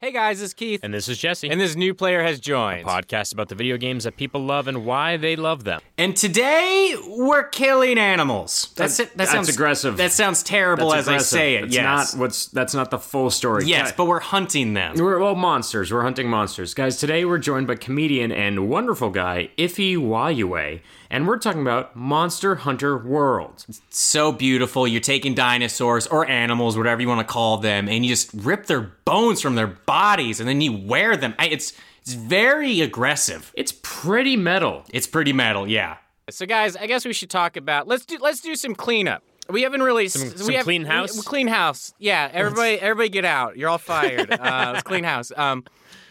Hey guys, it's Keith. And this is Jesse. And this new player has joined. podcast about the video games that people love and why they love them. And today we're killing animals. That's That- it. That that's sounds aggressive. That sounds terrible That's as aggressive. I say it. It's yes. not what's that's not the full story. yes, Guy- but we're hunting them. we're well monsters. We're hunting monsters, guys. Today we're joined by comedian and wonderful guy Iffy Wayue, and we're talking about Monster Hunter World. So beautiful. You're taking dinosaurs or animals, whatever you want to call them, and you just rip their bones from their bodies and then you wear them. I, it's it's very aggressive. It's pretty metal. It's pretty metal, yeah. So guys, I guess we should talk about let's do let's do some cleanup. We haven't really Some- some have- clean we- house? we- clean house. Yeah, everybody everybody get out. You're all fired. Uh, let's clean house. Um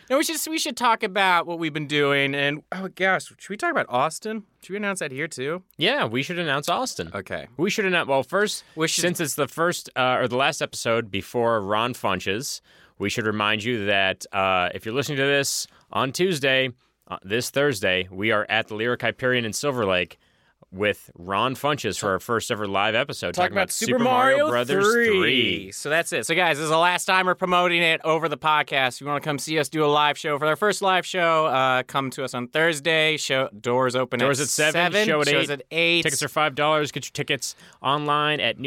no, we should we should talk about what we've been doing and oh gosh, should we talk about Austin? Should we announce that here too? Yeah, we should announce Oh, Austin. Okay. We should announce well first We should- since it's the first uh, or the last episode before Ron Funches, we should remind you that uh, if you're listening to this on Tuesday, uh, this Thursday, we are at the Lyric Hyperion in Silver Lake with Ron Funches for our first ever live episode talking about, Super Mario, Brothers 3. So that's it. So guys, this is the last time we're promoting it over the podcast. If you want to come see us do a live show for our first live show, uh, come to us on Thursday. Show doors open Doors at, at seven, show at shows eight. at eight. Tickets are five dollars. Get your tickets online at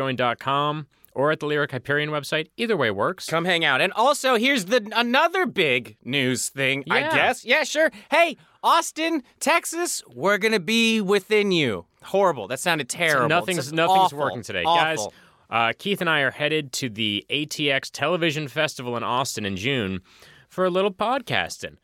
newplayersjoin.com or at the Lyric Hyperion website. Either way works. Come hang out. And also, here's the another big news thing, I Yeah. guess. Yeah, sure. Hey, Austin, Texas, we're going to be within you. Horrible. That sounded terrible. Nothing's It's nothing's awful, working today, awful. guys. Uh, Keith and I are headed to the ATX Television Festival in Austin in June for a little podcasting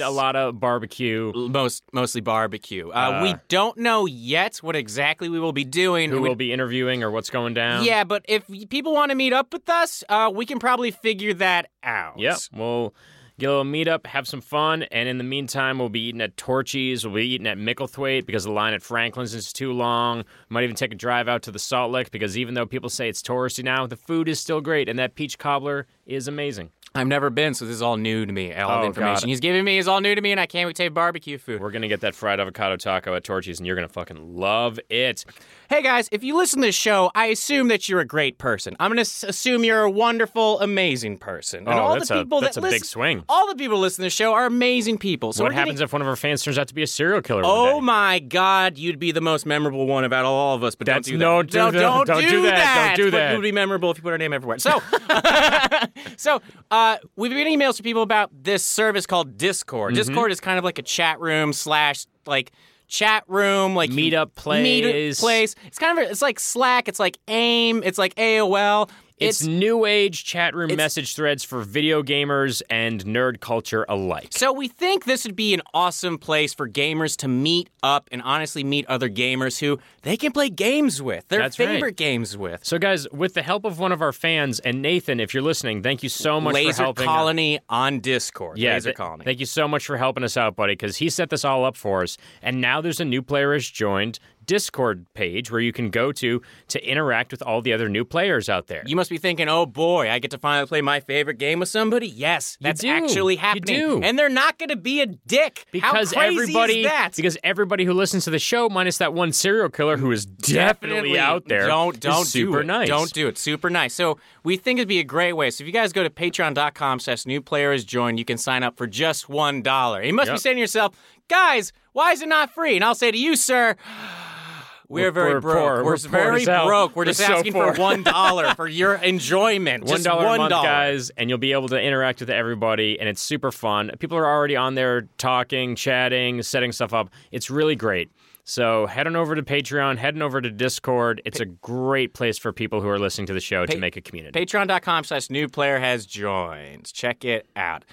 Yes. a lot of barbecue. Most mostly barbecue. Uh, we don't know yet what exactly we will be doing. Who We- we'll be interviewing or what's going down? yeah, but if people want to meet up with us, uh, we can probably figure that out. Yep. We'll get a little meetup, have some fun, and in the meantime, we'll be eating at Torchy's. We'll be eating at Micklethwaite because the line at Franklin's is too long. Might even take a drive out to the Salt Lick because even though people say it's touristy now, the food is still great, and that peach cobbler is amazing. I've never been, so this is all new to me. All Oh, the God. information he's giving me is all new to me, and I can't wait to have barbecue food. We're gonna get that fried avocado taco at Torchy's, and you're gonna fucking love it. Hey guys, if you listen to this show, I assume that you're a great person. I'm going to assume you're a wonderful, amazing person. And Oh, all that's the a- people that's that a big listen- swing. All the people listening to the show are amazing people. So what we're happens Getting, if one of our fans turns out to be a serial killer? one oh day? my God, you'd be the most memorable one about all of us. But That's- don't do that. no, do no, that. Don't, Don't do do that. Don't do But that. You'd be memorable if you put our name everywhere. So, so uh, we've been getting emails from people about this service called Discord. Mm-hmm. Discord is kind of like a chat room slash like chat room like Meetup meet place. place. It's kind of it's like Slack. It's like AIM. It's like AOL. It's, new age chat room message threads for video gamers and nerd culture alike. so we think this would be an awesome place for gamers to meet up and honestly meet other gamers who they can play games with, their That's right. favorite games with. So, guys, with the help of one of our fans and Nathan, if you're listening, thank you so much for Laser helping. Colony on Discord. Yeah, Laser th- Colony. Thank you so much for helping us out, buddy, because he set this all up for us. And now there's a new player has joined Discord page where you can go to to interact with all the other new players out there. you must be thinking, oh boy, I get to finally play my favorite game with somebody. Yes, that's do. actually You happening. do. And they're not going to be a dick. because How crazy everybody, is that? because everybody who listens to the show, minus that one serial killer who is definitely, out there, Don't is don't super do it. nice. Don't do it. Super nice. So we think it'd be a great way. So if you guys go to patreon.com slash new players join, you can sign up for just one dollar. You must be Yep. saying to yourself, guys, why is it not free? And I'll say to you, sir, we're, We're- very we're broke. poor. We're poor very as hell. broke. We're, We're just so asking poor." for one dollar for your enjoyment. one Just dollar a one month, dollar. guys, and you'll be able to interact with everybody, and it's super fun. People are already on there talking, chatting, setting stuff up. It's really great. So head on over to Patreon, head on over to Discord. It's a great place for people who are listening to the show to make a community. Patreon.com slash new player has joined. Check it out.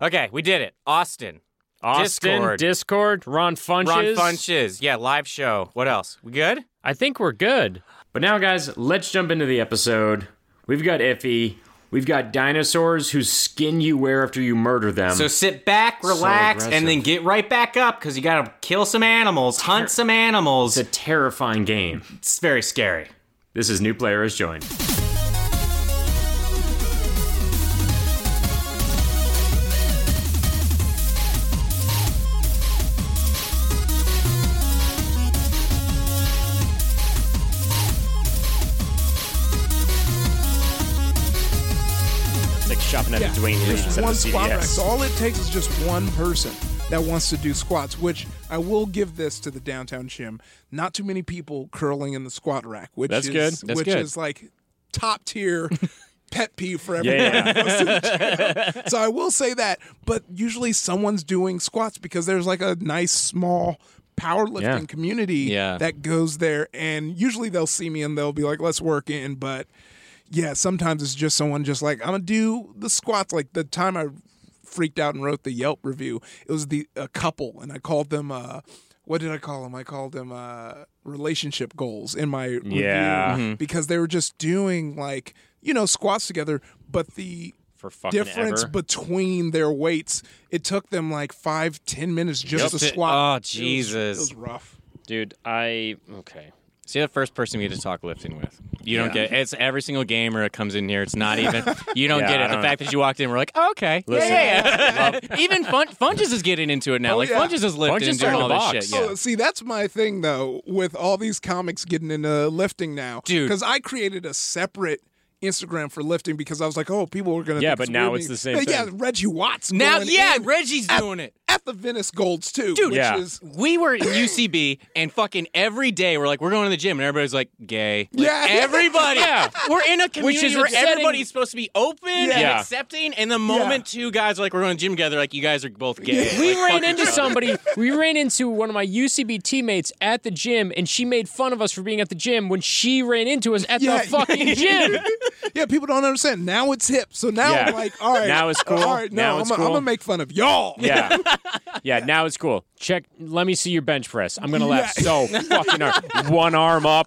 Okay, we did it. Austin. Austin, Discord. Discord, Ron Funches. Ron Funches. Yeah, live show. What else? We good? I think we're good. But now, guys, let's jump into the episode. We've got Iffy. We've got dinosaurs whose skin you wear after you murder them. Mm. So sit back, relax, aggressive. and then get right back up because you got to kill some animals, hunt some animals. it's a terrifying game. It's very scary. This is new player is joined. Like shopping at Yeah. Dwayne Reed Just at the one squat rack. CDX. So all it takes is just one person that wants to do squats, which I will give this to the downtown gym. Not too many people curling in the squat rack, which That's is good. That's which good. is like top tier pet peeve for everyone. Yeah, yeah. So I will say that, but usually someone's doing squats because there's like a nice small powerlifting Yeah. community Yeah. that goes there and usually they'll see me and they'll be like let's work in but yeah, sometimes it's just someone just like, I'm gonna do the squats. Like the time I freaked out and wrote the Yelp review, it was the a couple, and I called them. Uh, what did I call them? I called them uh, relationship goals in my review Yeah. Mm-hmm. because they were just doing like you know squats together, but the for fucking difference ever. between their weights, it took them like five, ten minutes just Yup. to squat. Oh, Jesus. it was rough. Dude, I okay. See the first person we get to talk lifting with. You don't get it's every single gamer that comes in here. It's not even you don't Yeah, get I it. The don't fact that you walked in, we're like, oh, okay, Listen. yeah, yeah, yeah. even Fun, Funges is getting into it now. like yeah. Funges is lifting Funges and doing are in all the this box. shit. Yeah. Oh, see, that's my thing though, with all these comics getting into lifting now, Dude. Because I created a separate Instagram for lifting because I was like, oh, people are gonna. Yeah, think but it's now weird it's me- the same But Yeah, thing. Reggie Watts. now, going yeah, in Reggie's doing it. at the Venice Golds too, Dude, which Yeah. is We were at UCB and fucking every day we're like, we're going to the gym and everybody's like, gay. Like, Yeah. Everybody. Yeah. We're in a community is where upsetting. everybody's supposed to be open and Yeah. accepting. And the moment two guys are like, we're going to the gym together, like, you guys are both gay. We Like, ran fuck into each other. somebody. We ran into one of my UCB teammates at the gym, and she made fun of us for being at the gym when she ran into us at Yeah. the fucking gym. yeah. People don't understand. Now it's hip. So now Yeah. I'm like, all right, Now it's cool. All right, no, Now I'm, it's gonna- I'm cool. gonna make fun of y'all. Yeah. Yeah, now it's cool. Check, let me see your bench press. I'm going to laugh so fucking hard. One arm up.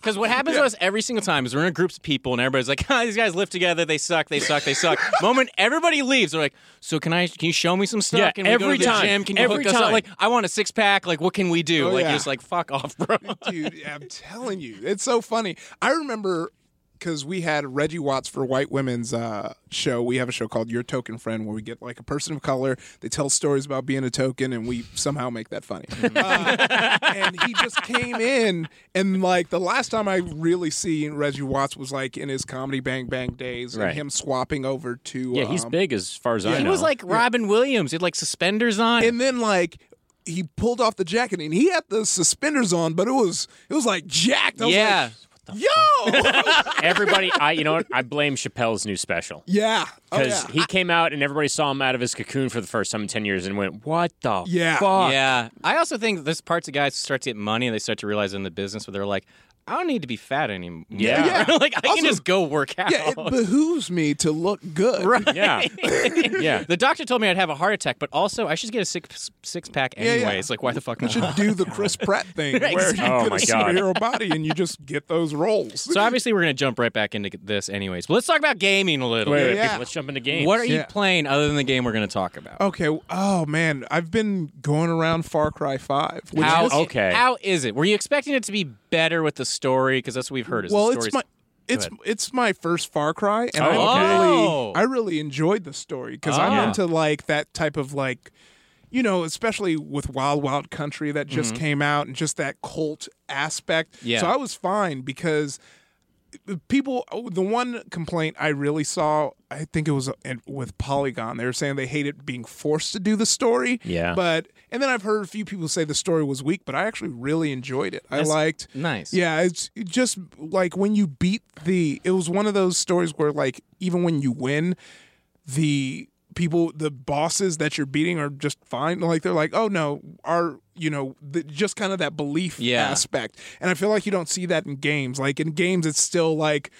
Because what happens to us every single time is we're in groups of people and everybody's like, ah, these guys live together, they suck, they suck, they suck. Moment everybody leaves, they're like, so can I? Can you show me some stuff? Yeah, can we go every to the time. gym? Can you Every hook us up? time. Like, I want a six pack. Like, what can we do? Oh, like, yeah. you're just like, fuck off, bro. dude. I'm telling you, it's so funny. I remember because we had Reggie Watts for White Women's uh, show. We have a show called Your Token Friend where we get like a person of color. They tell stories about being a token, and we somehow make that funny. Mm-hmm. Uh, and he just came in, and like the last time I really seen Reggie Watts was like in his comedy Bang Bang days, Right. and him swapping over to Yeah, he's um, big as far as I He know. was like Robin Williams. He had like suspenders on. and then like he pulled off the jacket and he had the suspenders on, but it was it was like jacked. I was yeah. like, yo, everybody, I you know what? I blame Chappelle's new special. yeah, oh, Because yeah. he came out and everybody saw him out of his cocoon for the first time in 10 years and went, what the Yeah. fuck? yeah. I also think there's parts of guys who start to get money and they start to realize in the business where they're like, I don't need to be fat anymore. Yeah. Yeah. like, I Also- can just go work out. Yeah, it behooves me to look good. Right. Yeah. Yeah. The doctor told me I'd have a heart attack, but also I should get a six six pack yeah. anyways. Like, why the fuck You not? should do the Chris Pratt thing where you Exactly. Oh put my a God. superhero body and you just get those roles. So obviously we're gonna jump right back into this anyways. But let's talk about gaming a little. Wait, wait, Yeah. people, let's jump into games. What are you Yeah. playing other than the game we're gonna talk about? okay. Oh man, I've been going around Far Cry Five. Which How is- okay. How is it? Were you expecting it to be better with the story? Because that's what we've heard. Is well, the it's story's- my. It's it's my first Far Cry, and I Oh, okay. Oh. really I really enjoyed the story because Ah. I'm into like that type of like, you know, especially with Wild Wild Country that just came out and just that cult aspect. Yeah. So I was fine because people oh, the one complaint i really saw i think it was uh, in- with polygon they were saying they hated being forced to do the story Yeah. but and then i've heard a few people say the story was weak but i actually really enjoyed it i liked nice. yeah it's it just like when you beat the it was one of those stories where like even when you win the people the bosses that you're beating are just fine like they're like oh no our you know the, just kind of that belief Yeah. aspect and i feel like you don't see that in games like in games it's still like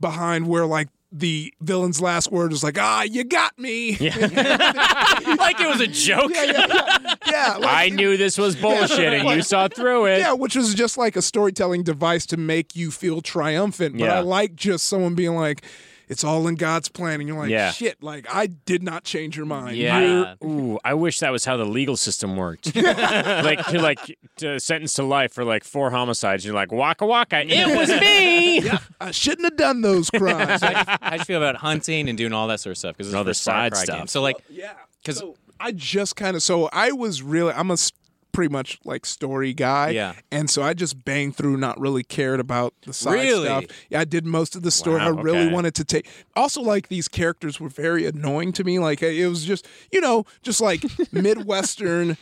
behind where like the villain's last word is like ah you got me yeah like it was a joke. yeah yeah, yeah. I like, knew this was bullshit and you saw through it. yeah, which was just like a storytelling device to make you feel triumphant. But Yeah. I like just someone being like, it's all in God's plan. And you're like, Yeah. shit, like, I did not change your mind. Yeah. You're- Ooh, I wish that was how the legal system worked. like to like to sentence to life for like four homicides. You're like waka waka. It was me. I shouldn't have done those crimes. So I, I just feel about hunting and doing all that sort of stuff because it's all the the Far side Cry stuff. Game. So like, yeah. 'Cause- So I just kind of, so I was really, I'm a s- pretty much like story guy. Yeah. And so I just banged through, not really cared about the side Really? stuff. Yeah, I did most of the story. Wow, I really okay. wanted to take. Also, like these characters were very annoying to me. Like it was just, you know, just like Midwestern.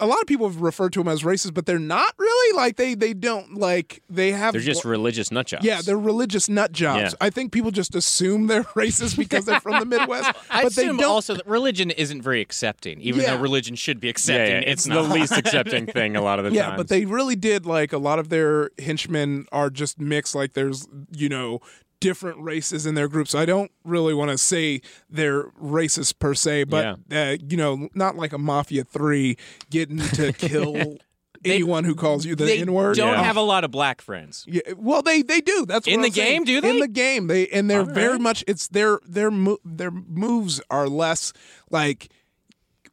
A lot of people have referred to them as racist, but they're not really. Like they they don't like they have. They're just religious nut jobs. yeah, they're religious nut jobs. Yeah. I think people just assume they're racist because they're from the Midwest, I but they assume don't. also that religion isn't very accepting, even Yeah. though religion should be Yeah, accepting. yeah, It's It's not. the least accepting thing a lot of the Yeah, time. but they really did like a lot of their henchmen are just mixed. Like there's you know different races in their group. So I don't really want to say they're racist per se, but uh, you know, not like a Mafia Three getting to kill anyone who calls you the they N word. don't Yeah. have a lot of black friends. Yeah, well, they they do. That's what In the I'm saying. game, do they? In the game, they and they're very much. It's their their mo- their moves are less like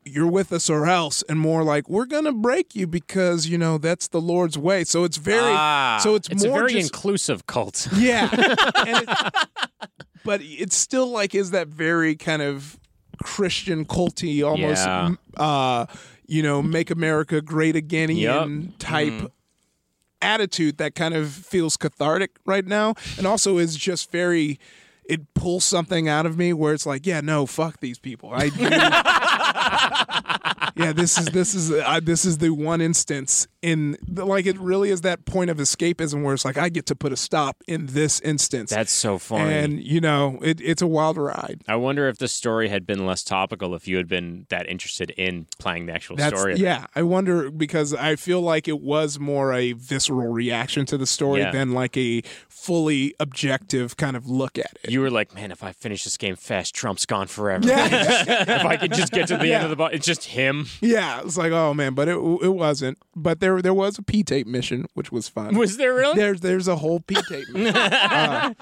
you're with us or else, and more like we're gonna break you because you know that's the Lord's way. So it's very. Ah, so it's, it's a more very just inclusive cult. yeah. and it, but it's still like is that very kind of Christian culty almost Yeah. m- uh you know make America great againian type attitude that kind of feels cathartic right now and also is just very it pulls something out of me where it's like yeah no fuck these people I yeah this is this is uh, this is the one instance in like it really is that point of escapism where it's like I get to put a stop in this instance That's so funny. and you know it, it's a wild ride. I wonder if the story had been less topical if you had been that interested in playing the actual That's story. yeah. I wonder because I feel like it was more a visceral reaction to the story Yeah. than like a fully objective kind of look at it. You were like, man, if I finish this game fast, Trump's gone forever. Yeah, if I could just get to the end of the boss, it's just him. yeah. It's like oh man, but it it wasn't. But there there was a P tape mission which was fun. Was there really? There's there's a whole P tape mission, uh,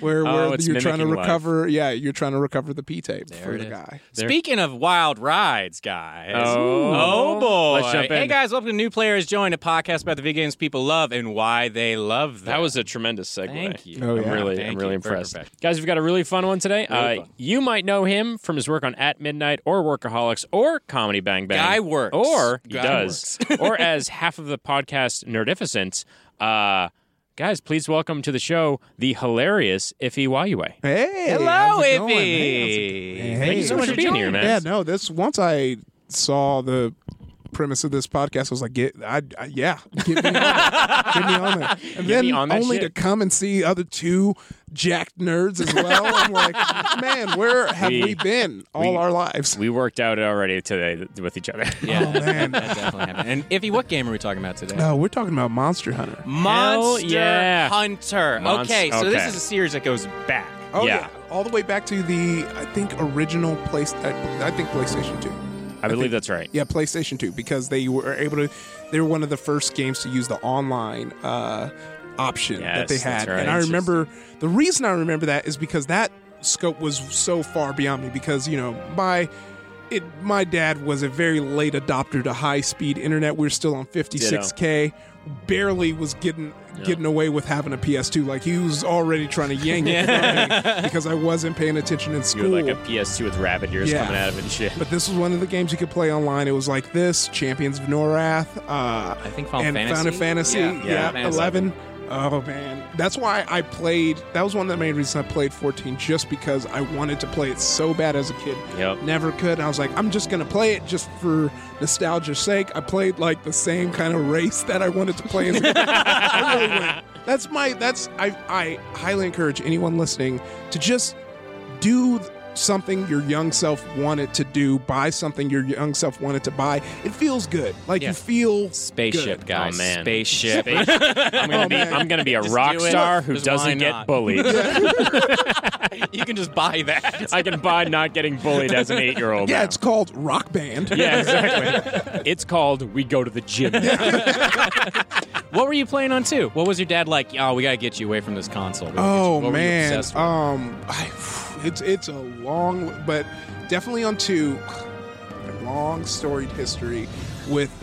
where where Oh, it's you're trying to mimicking life. recover. Yeah, you're trying to recover the P tape for the guy. Speaking of wild rides, guys. Oh. Oh, boy. Let's jump Hey in. guys, welcome to New Players Join, a podcast about the video games people love and why they love them. That was a tremendous segue. Thank you. Oh, yeah. I'm really, Thank I'm really you. impressed. Perfect. Guys, we've got a really fun one today. Really uh, fun. You might know him from his work on At Midnight or Workaholics or Comedy Bang Bang. Guy works. Or he Guy does. or as half of the podcast Nerdificent. Uh, guys, please welcome to the show the hilarious Iffy Waiwe. Hey, Hello, how's it Iffy. going? Hey, how's it- Thank you so Hey. much for being here, man. Yeah, no, this once I saw the premise of this podcast, I was like, get, I, I yeah, get me on that. get me on that. And Get then me on that only shit. to come and see other two jacked nerds as well. I'm like, man, where have we, We- been all we- our lives? We worked out already today th- with each other. Yeah, Oh, man. that definitely happened. And Iffy, what game are we talking about today? No, we're talking about Monster Hunter. Monster yeah. Hunter. Monst- okay, so this okay. is a series that goes back. Oh Yeah. yeah. all the way back to the I think original place. I, I think PlayStation Two. I believe that's right. Yeah, PlayStation 2 because they were able to. They were one of the first games to use the online uh, option Yes, that they that's had, right. and I remember the reason I remember that is because that scope was so far beyond me because you know my. It, my dad was a very late adopter to high speed internet. We were still on 56k, barely was getting getting away with having a PS2. Like he was already trying to yank it from me because I wasn't paying attention in school. You were like a PS2 with rabbit ears Yeah. coming out of it and shit. But this was one of the games you could play online. It was like this Champions of Norath, uh, I think Final and Fantasy. Final Fantasy, Yeah, yeah, Final Fantasy. 11. Oh man, that's why I played. That was one of the main reasons I played 14, just because I wanted to play it so bad as a kid. Yep. Never could. And I was like, I'm just gonna play it just for nostalgia's sake. I played like the same kind of race that I wanted to play as a kid. I really wanted- That's my. That's I. I highly encourage anyone listening to just do something your young self wanted to do. Buy something your young self wanted to buy. It feels good. Like Yeah. you feel Spaceship, Good. guys. Oh, man. Spaceship. I'm Oh, gonna be man. I'm gonna be a Just rock do it. star who Just why doesn't not? get bullied. you can just buy that. I can buy not getting bullied as an eight year old. Yeah, it's called Rock Band. yeah, exactly. it's called "We Go to the Gym." what were you playing on too? What was your dad like? Oh, we gotta get you away from this console. We gotta get you- Oh what were you man, obsessed with? um, I, it's it's a long, but definitely on two, a long storied history with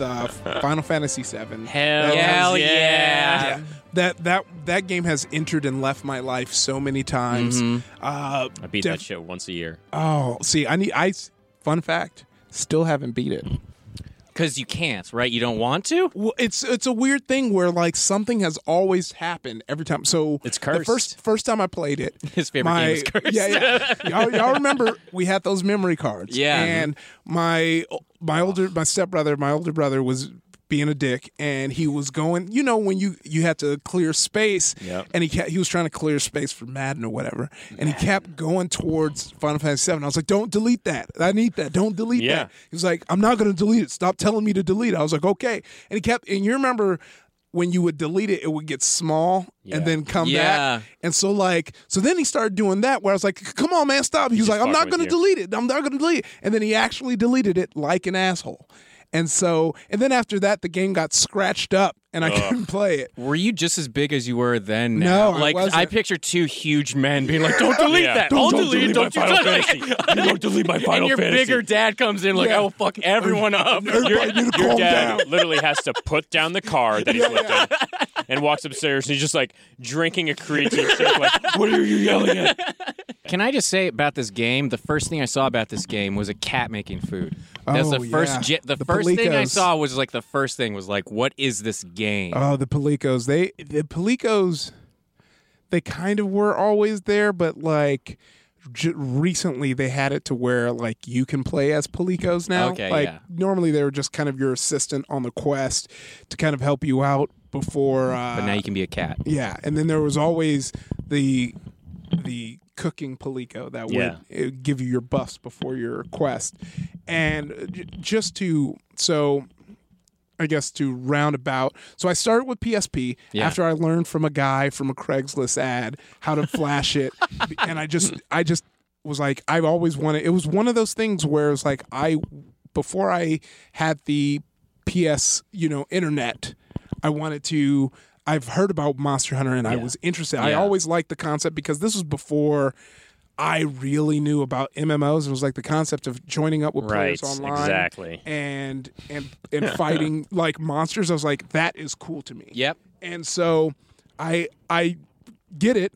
uh, Final Fantasy VII. Hell, Hell yeah. yeah. Yeah. That that that game has entered and left my life so many times. Mm-hmm. Uh, I beat Def- that shit once a year. oh, see, I need I. Fun fact: still haven't beat it. Because you can't, right? You don't want to? Well, it's it's a weird thing where like something has always happened every time. So It's The cursed. first first time I played it, His favorite my- game is cursed. Yeah, yeah. y'all, y'all remember we had those memory cards. Yeah. and my my older my stepbrother, my older brother was being a dick, and he was going. You know when you you had to clear space, Yep. and he kept, he was trying to clear space for Madden or whatever, and he kept going towards Final Fantasy VII. I was like, don't delete that. I need that. Don't delete Yeah. that. He was like, I'm not going to delete it. Stop telling me to delete it. I was like, okay. And he kept, and you remember when you would delete it, it would get small and then come Yeah. back. And so, like, so then he started doing that where I was like, come on, man, stop. He was like, fucking I'm not with going to you. delete it. I'm not going to delete it. And then he actually deleted it like an asshole. And so, and then after that, the game got scratched up and I couldn't play it. Were you just as big as you were then? No, Now? I like wasn't. picture two huge men being like, "Don't delete Yeah. that! Don't- I'll don't delete, it. delete my Don't you Final delete it!" Don't delete my and your bigger dad comes in like, Yeah. "I will fuck everyone up." Everybody need to calm dad down. literally has to put down the car that he's lifting and walks upstairs and he's just like drinking a creatine shake. Like, what are you yelling at? Can I just say about this game? The first thing I saw about this game was a cat making food. That's Oh, the first. yeah. ge- the, The first thing I Palicos. saw was like the first thing was like, "What is this game?" Oh, the Pelicos. They the Pelicos. They kind of were always there, but like j- recently they had it to where like you can play as Pelicos now. Okay, like yeah. normally they were just kind of your assistant on the quest to kind of help you out before. Uh, but now you can be a cat. yeah, and then there was always the the cooking Palico that Yeah. would uh, give you your buffs before your quest, and uh, j- just to so. I guess to round about. So I started with PSP Yeah. after I learned from a guy from a Craigslist ad how to flash it, and I just I just was like I've always wanted. It was one of those things where it's like I before I had the PS you know internet, I wanted to. I've heard about Monster Hunter and I was interested. I Yeah. always liked the concept because this was before I really knew about MMOs. It was like the concept of joining up with Right, players online exactly. and and and fighting like monsters. I was like, that is cool to me. Yep. And so I I get it,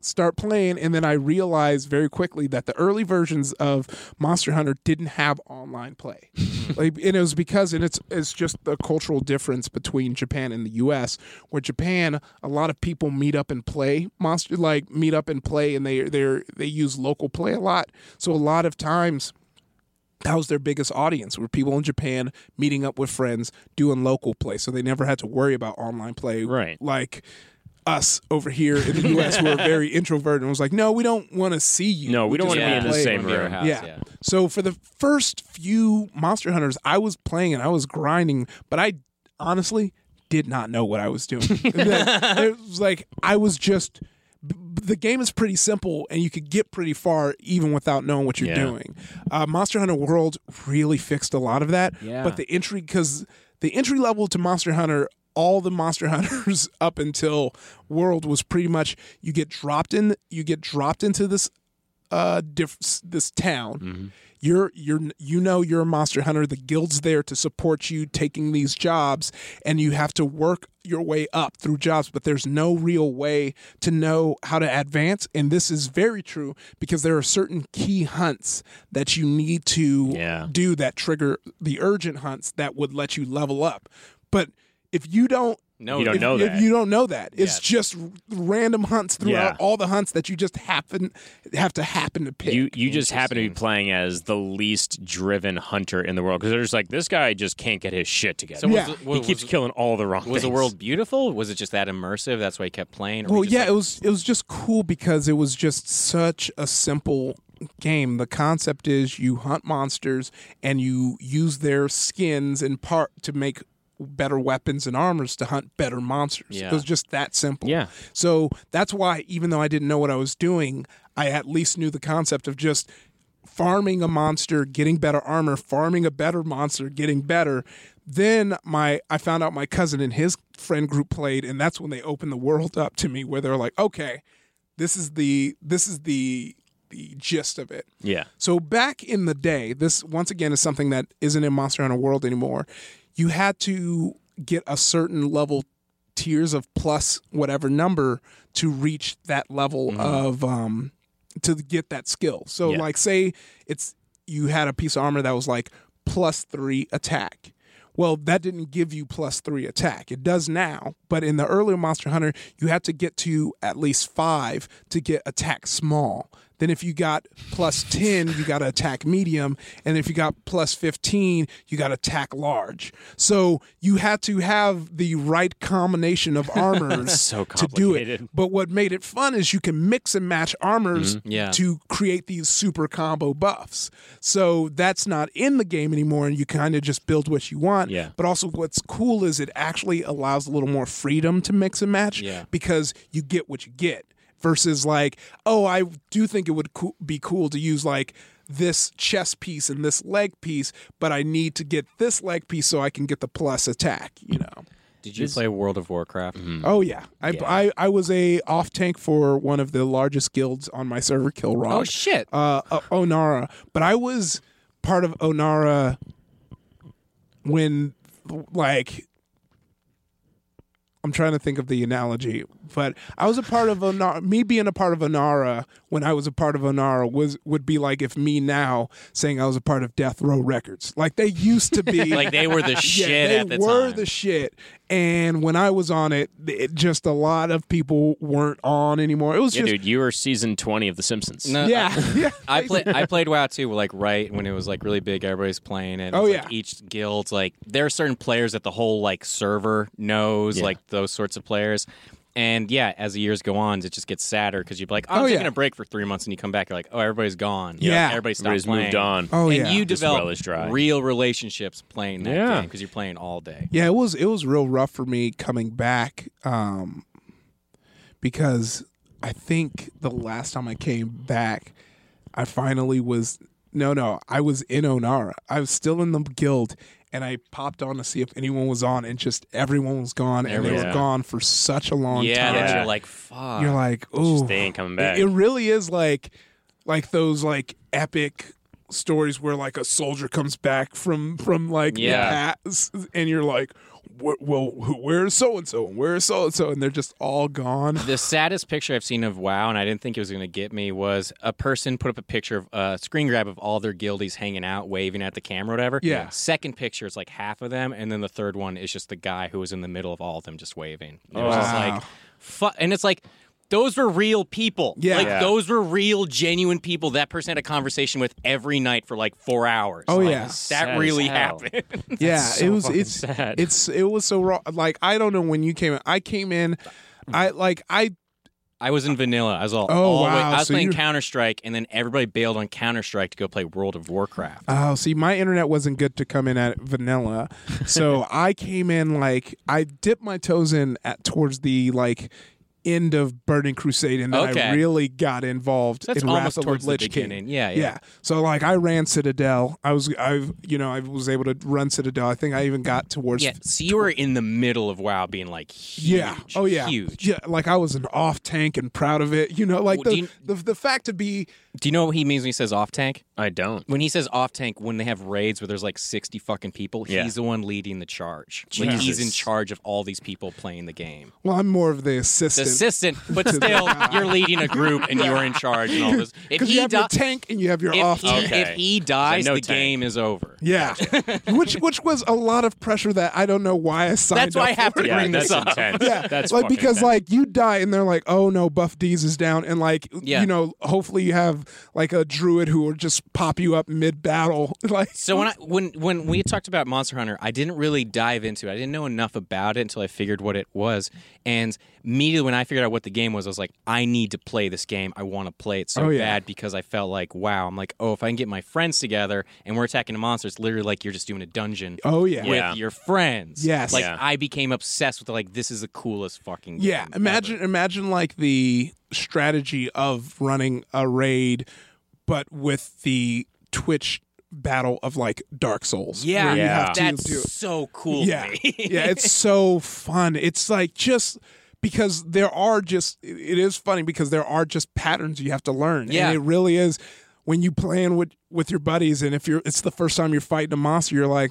start playing, and then I realized very quickly that the early versions of Monster Hunter didn't have online play. like, and it was because and it's it's just the cultural difference between Japan and the US, where Japan a lot of people meet up and play monster like meet up and play and they they're they use local play a lot. So a lot of times that was their biggest audience were people in Japan meeting up with friends doing local play so they never had to worry about online play Right. like us over here in the US who are very introverted and was like no we don't want to see you No, we don't just wanna be wanna in the play." same room. house, yeah. So for the first few Monster Hunters, I was playing and I was grinding, but I honestly did not know what I was doing. it was like I was just. b- b- The game is pretty simple, and you could get pretty far even without knowing what you're Yeah. doing. Uh, Monster Hunter World really fixed a lot of that, Yeah. but the entry because the entry level to Monster Hunter, all the Monster Hunters up until World was pretty much you get dropped in, you get dropped into this uh diff- s- this town you're you're you know you're a monster hunter the guild's there to support you taking these jobs and you have to work your way up through jobs but there's no real way to know how to advance and this is very true because there are certain key hunts that you need to Yeah. do that trigger the urgent hunts that would let you level up but if you don't No, You don't if, know if that. you don't know that it's just r- random hunts Yeah. throughout all the hunts that you just happen have to happen to pick You you just happen to be playing as the least driven hunter in the world because there's like this guy just can't get his shit together. So was Yeah. it- he was- keeps killing all the wrong. Was the things. world beautiful? Was it just that immersive? That's why he kept playing. Or were Well, you just yeah, like- it was it was just cool because it was just such a simple game. The concept is you hunt monsters and you use their skins in part to make better weapons and armors to hunt better monsters. Yeah. It was just that simple. Yeah. So that's why even though I didn't know what I was doing, I at least knew the concept of just farming a monster, getting better armor, farming a better monster, getting better. Then my I found out my cousin and his friend group played, and that's when they opened the world up to me, where they're like, okay, this is the this is the the gist of it. Yeah. So back in the day, this once again is something that isn't in Monster Hunter World anymore. You had to get a certain level tiers of plus whatever number to reach that level of um to get that skill. So Yeah. like say it's you had a piece of armor that was like plus 3 attack. well, that didn't give you plus three attack. It does now, but in the earlier Monster Hunter, you had to get to at least five to get attack small. Then if you got plus 10, you got to attack medium. And if you got plus 15, you got to attack large. So you had to have the right combination of armors to do it. complicated. But what made it fun is you can mix and match armors yeah. to create these super combo buffs. So that's not in the game anymore, and you kind of just build what you want. Yeah. But also, what's cool is it actually allows a little more freedom to mix and match Yeah. because you get what you get versus like, oh, I do think it would coo- be cool to use like this chest piece and this leg piece, but I need to get this leg piece so I can get the plus attack, you know. Did you play World of Warcraft? Oh yeah, I, I I was a off tank for one of the largest guilds on my server, Kill Rock. Oh shit! uh, uh, Onara, but I was part of Onara when, like, I'm trying to think of the analogy, but I was a part of Onara. Me being a part of Onara when I was a part of Onara was would be like if me now saying I was a part of Death Row Records. Like they used to be. like they were the shit Yeah, they at the were time. the shit. And when I was on it, it just a lot of people weren't on anymore. It was Yeah, just dude, you were season 20 of The Simpsons. No, yeah, yeah. I played I played WoW too, like right when it was like really big, everybody's playing it. It's, Oh, like, yeah. each guild's like there are certain players that the whole like server knows, like those sorts of players. And yeah, as the years go on, it just gets sadder because you're like, oh, I'm Oh, taking yeah. a break for three months, and you come back, you're like, oh, everybody's gone. Yeah. everybody stopped Everybody's playing. moved on. Oh and yeah. you This well is develop dry. real relationships playing that Yeah. because you're playing all day. Yeah, it was it was real rough for me coming back um, because I think the last time I came back, I finally was no no I was in Onara. I was still in the guild, and I popped on to see if anyone was on, and just everyone was gone, and they were Yeah. gone for such a long yeah, time. that Yeah. you're like, fuck. You're like, ooh, They ain't coming back. it, it really is like like those like epic stories where like a soldier comes back from from like Yeah. the past and you're like "Wh- well who- where's so and so and where's so and so and they're just all gone the saddest picture I've seen of WoW, and I didn't think it was going to get me, was a person put up a picture of a screen grab of all their guildies hanging out, waving at the camera, or whatever. Yeah. Second picture is like half of them, and then the third one is just the guy who was in the middle of all of them just waving. It was just Wow. like, fu- and it's like. Those were real people. Yeah. Like Yeah. those were real, genuine people that person had a conversation with every night for like four hours. Oh, Like, yeah. Sad That as really hell. happened. yeah so it was fucking it's sad. it's it was so raw like i don't know when you came in i came in i like i I was in vanilla. I was all, Oh, all the way- wow. I was So playing you're- Counter Strike, and then everybody bailed on Counter Strike to go play World of Warcraft. Oh, see, my internet wasn't good to come in at vanilla, so I came in like I dipped my toes in at towards the like end of Burning Crusade, and then I Okay. really got involved That's in almost Wrath of towards the the Lich King. beginning. Yeah, yeah. So like I ran Citadel. I was I've you know I was able to run Citadel. I think I even got towards Yeah, so you were in the middle of WoW being like huge. yeah. Oh yeah. Huge. Yeah. Like I was an off tank and proud of it. You know, like Well, do the, you- the the fact to be Do you know what he means when he says off tank? I don't. When he says off tank, when they have raids where there's like 60 fucking people, Yeah. he's the one leading the charge. Like he's Jesus. in charge of all these people playing the game. well, I'm more of the The assistant. assistant, but still, you're leading a group and you're in charge and all this. If because you he, have di- your tank and you have your if, off he tank. if he dies, no the tank. game is over. Yeah, which which was a lot of pressure that I don't know why I signed. That's why I up have for. to Yeah, bring this that's up. intense. Yeah, That's like fucking because intense. like you die and they're like, oh no, Buff D's is down, and like Yeah. you know, hopefully you have like a druid who will just pop you up mid battle. Like So when I when when we talked about Monster Hunter, I didn't really dive into it. I didn't know enough about it until I figured what it was. And immediately when I figured out what the game was, I was like, I need to play this game. I want to play it so Oh, yeah. bad because I felt like, wow, I'm like, oh, if I can get my friends together and we're attacking a monster, it's literally like you're just doing a dungeon oh yeah, with yeah. Yeah. your friends. Yes. Like Yeah. I became obsessed with like this is the coolest fucking game. ever. Imagine imagine like the strategy of running a raid, but with the Twitch battle of like Dark Souls. Yeah, where you Yeah. have to that's do- so cool. yeah To me. yeah it's so fun it's like just because there are just it it is funny because there are just patterns you have to learn Yeah. and it really is when you playing with with your buddies and if you're it's the first time you're fighting a monster you're like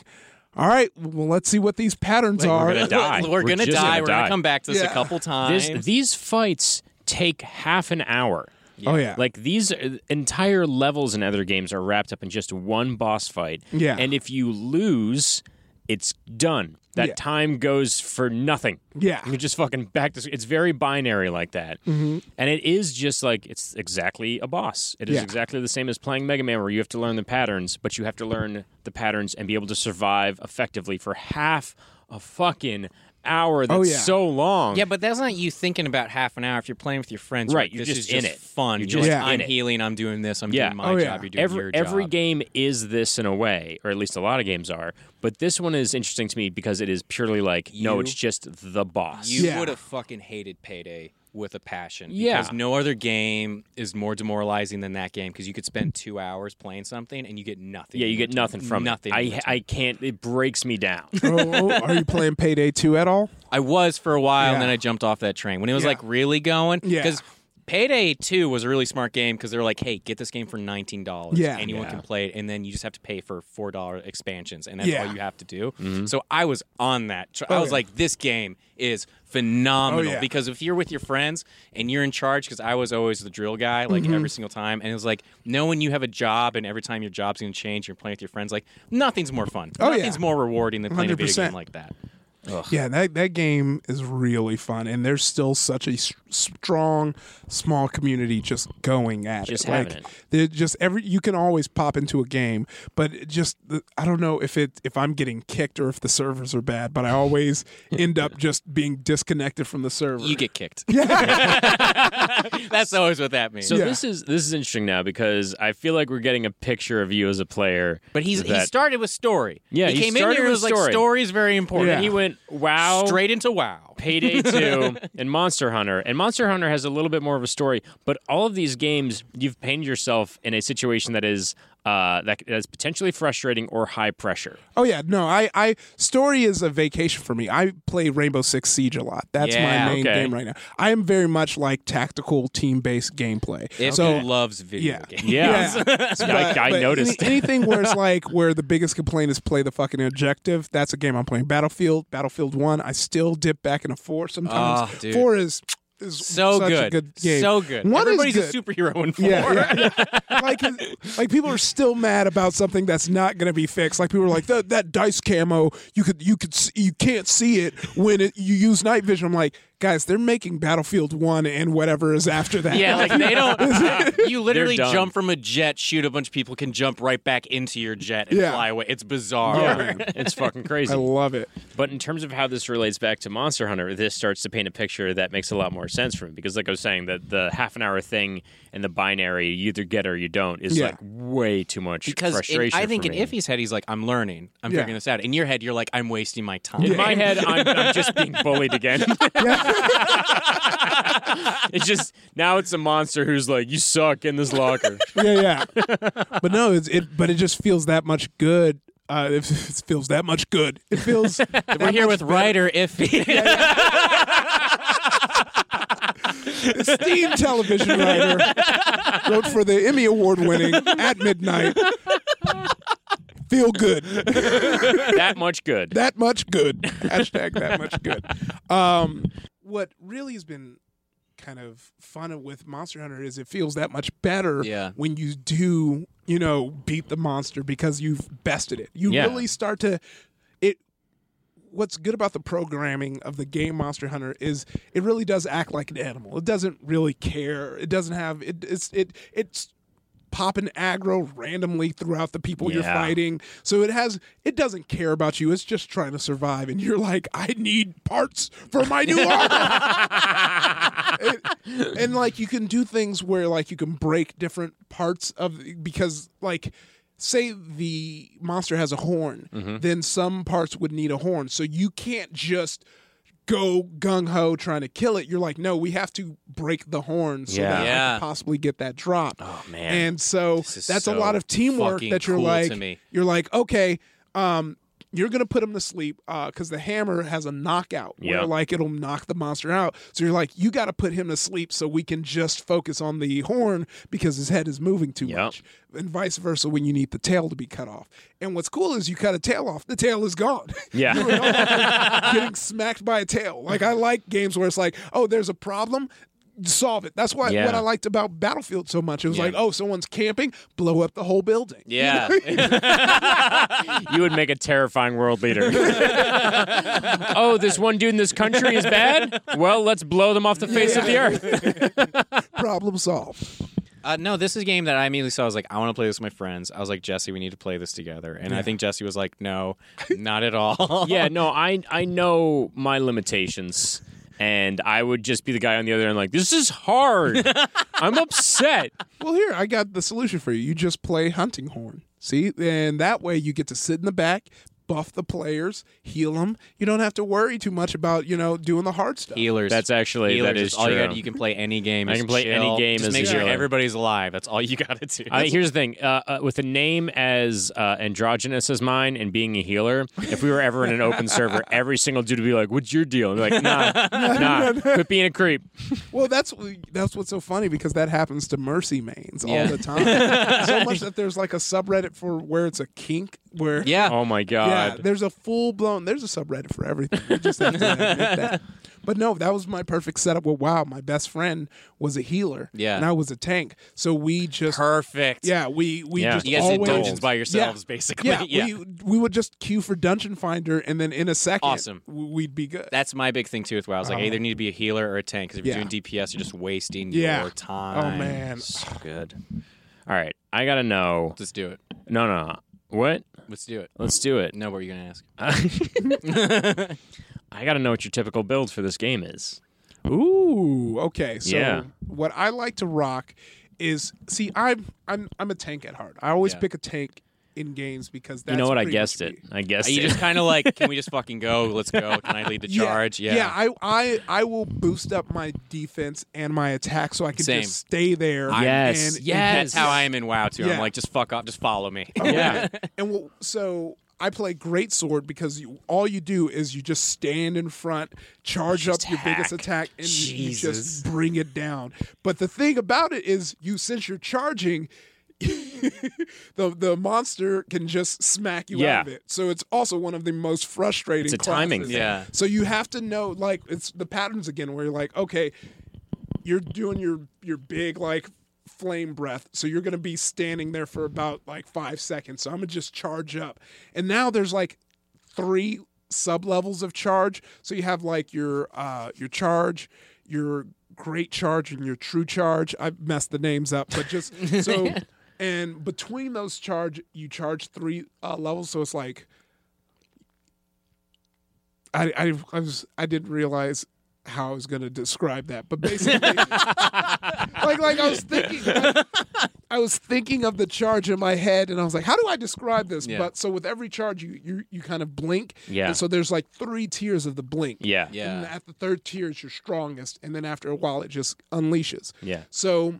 all right well let's see what these patterns are gonna die. We're, We're gonna just die. gonna We're gonna die. come back to this Yeah. a couple times. This, these fights take half an hour. oh yeah Like these uh, entire levels in other games are wrapped up in just one boss fight. Yeah. And if you lose, it's done. That Yeah. time goes for nothing. Yeah. Mm-hmm. You're just fucking back to it's very binary like that. And it is just like it's exactly a boss. It is Yeah. exactly the same as playing Mega Man where you have to learn the patterns, but you have to learn the patterns and be able to survive effectively for half a fucking hour that's Oh, yeah. so long. Yeah, but that's not you thinking about half an hour if you're playing with your friends. Right, like, you're this just is in just it. Fun. You're You're just just in I'm it. healing. I'm doing this. I'm Yeah. doing my Oh, yeah. job. You're doing every your job. every game is this in a way, or at least a lot of games are. But this one is interesting to me because it is purely like no, You- it's just the boss. You Yeah. would have fucking hated Payday with a passion. Yeah. Because no other game is more demoralizing than that game because you could spend two hours playing something and you get nothing. yeah, you in get return. nothing from nothing. in it. return. I I can't. It breaks me down. oh, oh, are you playing Payday 2 at all? I was for a while, and then Yeah. I jumped off that train when it was Yeah. like really going. Yeah. Because Payday Two was a really smart game because they were like, "Hey, get this game for nineteen dollars. Yeah. anyone Yeah. can play it, and then you just have to pay for four dollar expansions, and that's Yeah. all you have to do." So I was on that. tr- I Oh, was yeah. like, "This game is phenomenal." Oh, yeah. Because if you're with your friends and you're in charge, because I was always the drill guy, like Mm-hmm. every single time, and it was like knowing you have a job, and every time your job's gonna change, you're playing with your friends. Like nothing's more fun. Oh, yeah. nothing's more rewarding than playing a video 100%. game like that. Yeah, that, that game is really fun, and there's still such a s- strong, small community just going at Just it. Like, having it. they're just every you can always pop into a game, but it just the- I don't know if it if I'm getting kicked or if the servers are bad, but I always end up just being disconnected from the server. You get kicked. That's always what that means. So Yeah. this is this is interesting now because I feel like we're getting a picture of you as a player. but he's he that- started with story. Yeah, he, he came in started here and with was like story. story is very important. Yeah. he went wow. He straight into WoW. Payday 2 and Monster Hunter. And Monster Hunter has a little bit more of a story, but all of these games, you've painted yourself in a situation that is uh, that is potentially frustrating or high pressure. Oh yeah, no, I, I story is a vacation for me. I play Rainbow Six Siege a lot. That's Yeah, my main okay. game right now. I am very much like tactical team based gameplay. If So he loves video yeah. games. Yeah, but- I, I but noticed. any- anything where it's like where the biggest complaint is play the fucking objective. That's a game I'm playing. Battlefield, Battlefield One. I still dip back into four sometimes. Oh, dude. Four is is So such good. a good game. So good. One is Everybody's good. a superhero in four. Yeah, yeah, yeah. like like people are still mad about something that's not going to be fixed. Like people are like that that dice camo you could you could see, you can't see it when it, you use night vision. I'm like, guys, they're making Battlefield One and whatever is after that. Yeah, like they don't. You literally dumb. jump from a jet, shoot a bunch of people, can jump right back into your jet and Yeah. fly away. It's bizarre. Yeah, it's fucking I crazy. love it. But in terms of how this relates back to Monster Hunter, this starts to paint a picture that makes a lot more sense for me because, like I was saying, that the half an hour thing and the binary, you either get or you don't, is Yeah. like way too much Because in- frustration. I think for in me. Iffy's head, he's like, I'm learning. I'm Yeah. figuring this out. In your head, you're like, I'm wasting my time. In my head, I'm, I'm just being bullied again. it's just now it's a monster who's like, "You suck in this locker." yeah, yeah. But no, it's, it but it just feels that much good. Uh, it, it feels that much good. It feels. We're here with writer Iffy. Steam television writer wrote for the Emmy Award winning At Midnight. Feel good. that much good. That much good. Hashtag that much good. Um, what really has been kind of fun with Monster Hunter is it feels that much better Yeah. when you do, you know, beat the monster because you've bested it. You Yeah. really start to it what's good about the programming of the game Monster Hunter is it really does act like an animal. It doesn't really care. It doesn't have it it's it it's popping aggro randomly throughout the people you're Yeah. fighting. So it has it doesn't care about you. It's just trying to survive and you're like I need parts for my new armor. and, and, like you can do things where like you can break different parts of because like say the monster has a horn then some parts would need a horn so you can't just go gung-ho trying to kill it you're like no we have to break the horn so Yeah. that i Yeah. could possibly get that drop oh man. and so is that's a so lot of teamwork fucking that you're cool like to me. you're like okay um you're gonna put him to sleep because the hammer has a knockout where Yeah. like it'll knock the monster out. So you're like, you got to put him to sleep so we can just focus on the horn because his head is moving too Yep. much, and vice versa when you need the tail to be cut off. And what's cool is you cut a tail off, the tail is gone. Yeah, Getting smacked by a tail. Like I like games where it's like, oh, there's a problem. solve it. That's why Yeah. what I liked about Battlefield so much. It was Yeah. like, oh, someone's camping, blow up the whole building. Yeah. You would make a terrifying world leader. oh, this one dude in this country is bad? Well, let's blow them off the face of the earth. Problem solved. Uh, no, this is a game that I immediately saw. I was like, I want to play this with my friends. I was like, Jesse, we need to play this together. And I think Jesse was like, No, not at all. yeah, no, I I know my limitations. And I would just be the guy on the other end like, this is hard. I'm upset. Well, here I got the solution for you. You just play hunting horn. See, and that way you get to sit in the back, buff the players, heal them. You don't have to worry too much about you know doing the hard stuff. Healers. That's actually Healers that is all you true. got. You can play any game. I is can play any chill. game Just as make a sure healer. everybody's alive. That's all you got to do. I, here's the thing: uh, uh, with a name as uh, androgynous as mine and being a healer, if we were ever in an open server, every single dude would be like, "What's your deal?" And be like, "Nah, nah, quit being a creep." Well, that's that's what's so funny because that happens to mercy mains all the time. so much that there's like a subreddit for where it's a kink where yeah. Oh my Yeah, god! there's a full blown. There's a subreddit for everything. You just have to admit that. But no, that was my perfect setup. With wow, my best friend was a healer, Yeah. and I was a tank. So we just, Perfect. yeah, we we Yeah. just You guys always, did dungeons by Yeah. yourselves, basically. Yeah, we we would just queue for Dungeon Finder, and then in a second, Awesome. w- we'd be good. That's my big thing too with WoW. I was like, I either need to be a healer or a tank because if you're Yeah. doing DPS, you're just wasting Yeah. your Oh, time. man. so good. All right, I gotta know. Let's do it. No, no, no. what? Let's do it. Let's do it. No, what were you gonna ask? I gotta know what your typical build for this game is. Ooh, okay. So Yeah. what I like to rock is see, I'm I'm I'm a tank at heart. I always Yeah. pick a tank in games because that's you know what? I pretty much guessed it. me. I guessed you it. just kind of like, can we just fucking go? Let's go. Can I lead the charge? Yeah. I, I I will boost up my defense and my attack so I can Same. just stay there. Yes. And, That's how I am in WoW too. Yeah. I'm like, just fuck off, just follow me. yeah. And well, so I play great sword because you, all you do is you just stand in front, charge up your biggest attack, and you- you Jesus. just bring it down. But the thing about it is, you since you're charging. the the monster can just smack you Yeah. out of it. So it's also one of the most frustrating. It's a timing classes. thing. Yeah. So you have to know like it's the patterns again where you're like, okay, you're doing your your big like flame breath. So you're gonna be standing there for about like five seconds. So I'm gonna just charge up. And now there's like three sub levels of charge. So you have like your uh your charge, your great charge and your true charge. I messed the names up, but just so and between those charge you charge three uh, levels so it's like I, I, I was I didn't realize how I was going to describe that, but basically, like like I was thinking, like, I was thinking of the charge in my head, and I was like, how do I describe this? Yeah. But so with every charge, you you you kind of blink, Yeah. And so there's like three tiers of the blink, Yeah. And Yeah. at the third tier is your strongest, and then after a while, it just unleashes. Yeah. So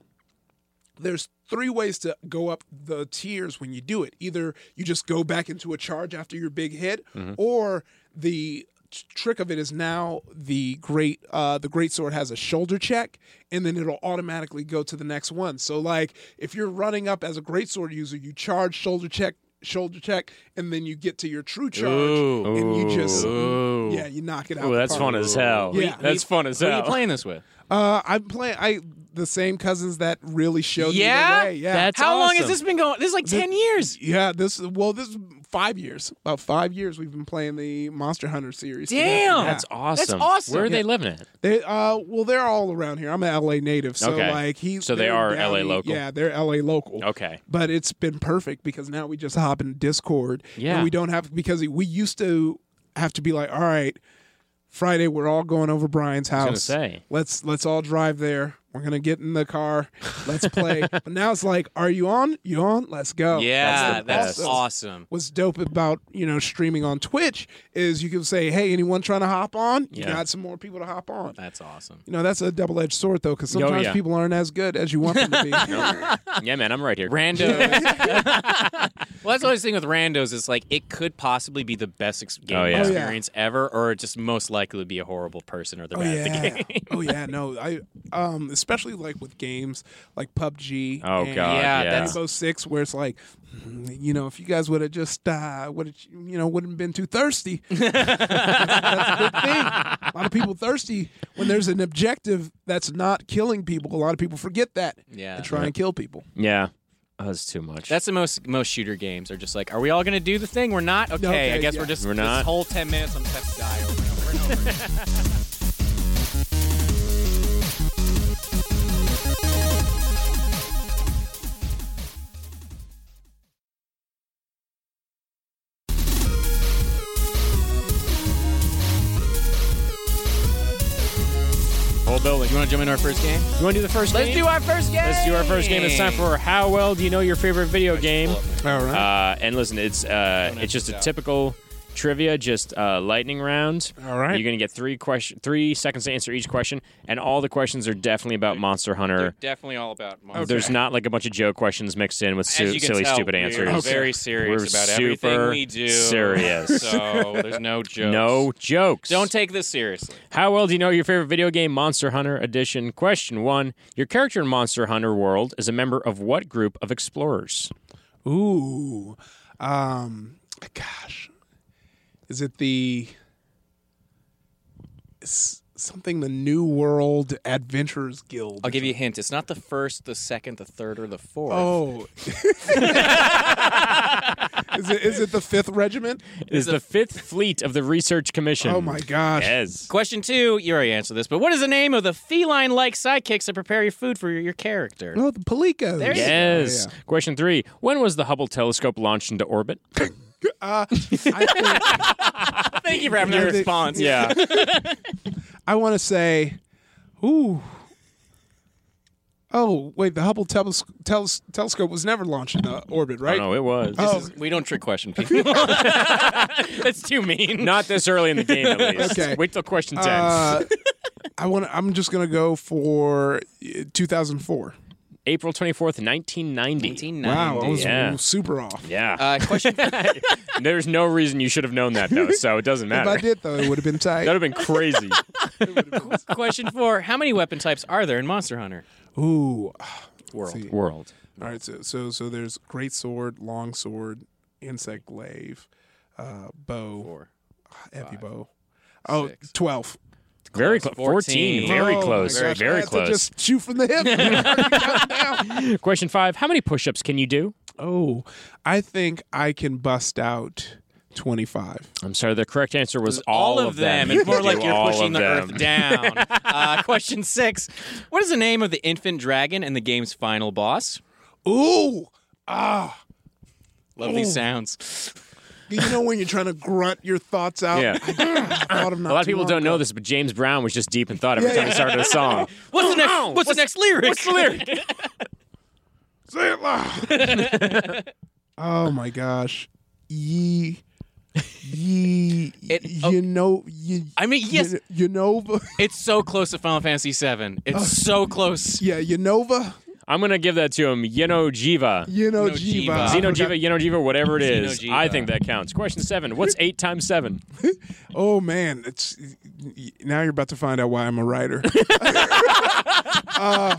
there's three ways to go up the tiers when you do it. Either you just go back into a charge after your big hit, Mm-hmm. or the t- trick of it is now the great uh, the great sword has a shoulder check, and then it'll automatically go to the next one. So like if you're running up as a great sword user, you charge shoulder check. Shoulder check, and then you get to your true charge, Ooh. and you just Ooh. yeah, you knock it out. Ooh, the that's park. fun as hell. Yeah. That's fun as Who are you hell. playing this with? Uh, I'm playing. I the same cousins that really showed me the Oh, way. Yeah, That's How long has awesome. this been going? This is like ten years. yeah. This well, this is five years. About five years we've been playing the Monster Hunter series. together. Damn. Yeah. That's awesome. awesome. Where are they living at? They uh, well, they're all around here. I'm an LA native, so Okay. like he. So they they're are down LA here. local. Yeah, they're LA local. Okay. But it's been perfect because now we just hop in Discord. Yeah. And we don't have because we used to have to be like, all right, Friday we're all going over Brian's house. say. Let's let's all drive there. We're gonna get in the car. Let's play. but now it's like, are you on? You on? Let's go. yeah, the that's, best. awesome. What's dope about you know streaming on Twitch is you can say, hey, anyone trying to hop on? You Yeah. got some more people to hop on. That's awesome. You know that's a double-edged sword though, because sometimes Oh, yeah. people aren't as good as you want them to be. Yeah, man, I'm right here. Randos. well, that's always the thing with randos. Is like it could possibly be the best ex- game Oh, yeah. Oh, yeah. experience ever, or just most likely to be a horrible person or the Oh bad at the yeah. game. oh yeah. No, I um, especially like with games like PUBG. Oh, and God, Yeah, yeah. that's- Rainbow Six, where it's like, "Hmm, you know, if you guys would have just uh, would have you know wouldn't been too thirsty. that's a big thing. A lot of people thirsty when there's an objective that's not killing people. A lot of people forget that. Yeah. and try and kill people. Yeah. Oh, that's too much. That's the most most shooter games are just like, are we all gonna do the thing? We're not. Okay, I Okay, guess yeah. we're just We're not. This whole ten minutes, I'm just have to die over and over and over. whole building. You want to jump into our first game? You want to do the first Let's game? do our first game. Let's do our first game. It's time for How Well Do You Know Your Favorite Video Game? All right. Uh, and listen, it's uh, it's just a typical trivia, just uh, lightning round. All right. You're gonna get three question, three seconds to answer each question, and all the questions are definitely about Monster Hunter. Definitely all about monsters. There's not like a bunch of joke questions mixed in with As su- you can silly, tell, stupid we're answers. Very serious We're about super everything we do. serious. So there's no jokes. No jokes. Don't take this seriously. How well do you know your favorite video game, Monster Hunter Edition? Question one Your character in Monster Hunter World is a member of what group of explorers? Ooh, um, gosh, is it the s- something the New World Adventurers Guild? I'll give you a hint. It's not the first, the second, the third, or the fourth. Oh, is it is it the Fifth Regiment? It is the Fifth Fleet of the Research Commission. Oh my gosh! Yes. Question two, you already answered this, but what is the name of the feline-like sidekicks that prepare your food for your character? Oh, the Palicos. There you Oh, Yes. Question three When was the Hubble telescope launched into orbit? Uh, I, think- Thank you for having Yeah, that they- response. Yeah. I want to say, ooh. Oh wait, the Hubble teles- teles- telescope was never launched into orbit, right? no, it was. Oh, We don't trick question people. That's too mean. Not this early in the game, at least. Okay. Wait till question 10. Uh, I want. I'm just gonna go for uh, 2004. April 24th, 1990. 1990. Wow, I was Yeah. super off. Yeah. Uh, question There's no reason you should have known that, though, so it doesn't If I matter. did though, it would have been That tight. would have been crazy. question four: How many weapon types are there in Monster Hunter? Ooh. World. See. World. All right. So so so there's great sword, long sword, insect glaive, uh, bow, Four. heavy bow. Oh, six. 12. Very Close. close. 14. 14. Very Oh, my close. gosh, I Very had to close. just shoot from the hip. Question five How many push ups can you do? oh, I think I can bust out 25. I'm sorry, the correct answer was All, of them, You and more can like do you're all pushing of the them. earth down. Uh, question six: What is the name of the infant dragon and the game's final boss? Ooh. Ah. Love these sounds. You know when you're trying to grunt your thoughts out? Yeah. I thought of not A lot of too people long don't know ago. this, but James Brown was just deep in thought every Yeah, time he yeah. started a song. What's the next? What's, the next lyric? What's the lyric? Say it loud. oh my gosh. Ye. Ye. It- you know. Ye, I mean, yes. Ye, Unova. It's so close to Final Fantasy VII. It's so close. Yeah, Unova. I'm going to give that to him. Yeno Jiva. You know, Unojiva. Jiva. Xenojiva, Yenojiva, whatever it is. Xenojiva. I think that counts. Question seven What's eight times seven? Oh man, it's now you're about to find out why I'm a writer. Uh,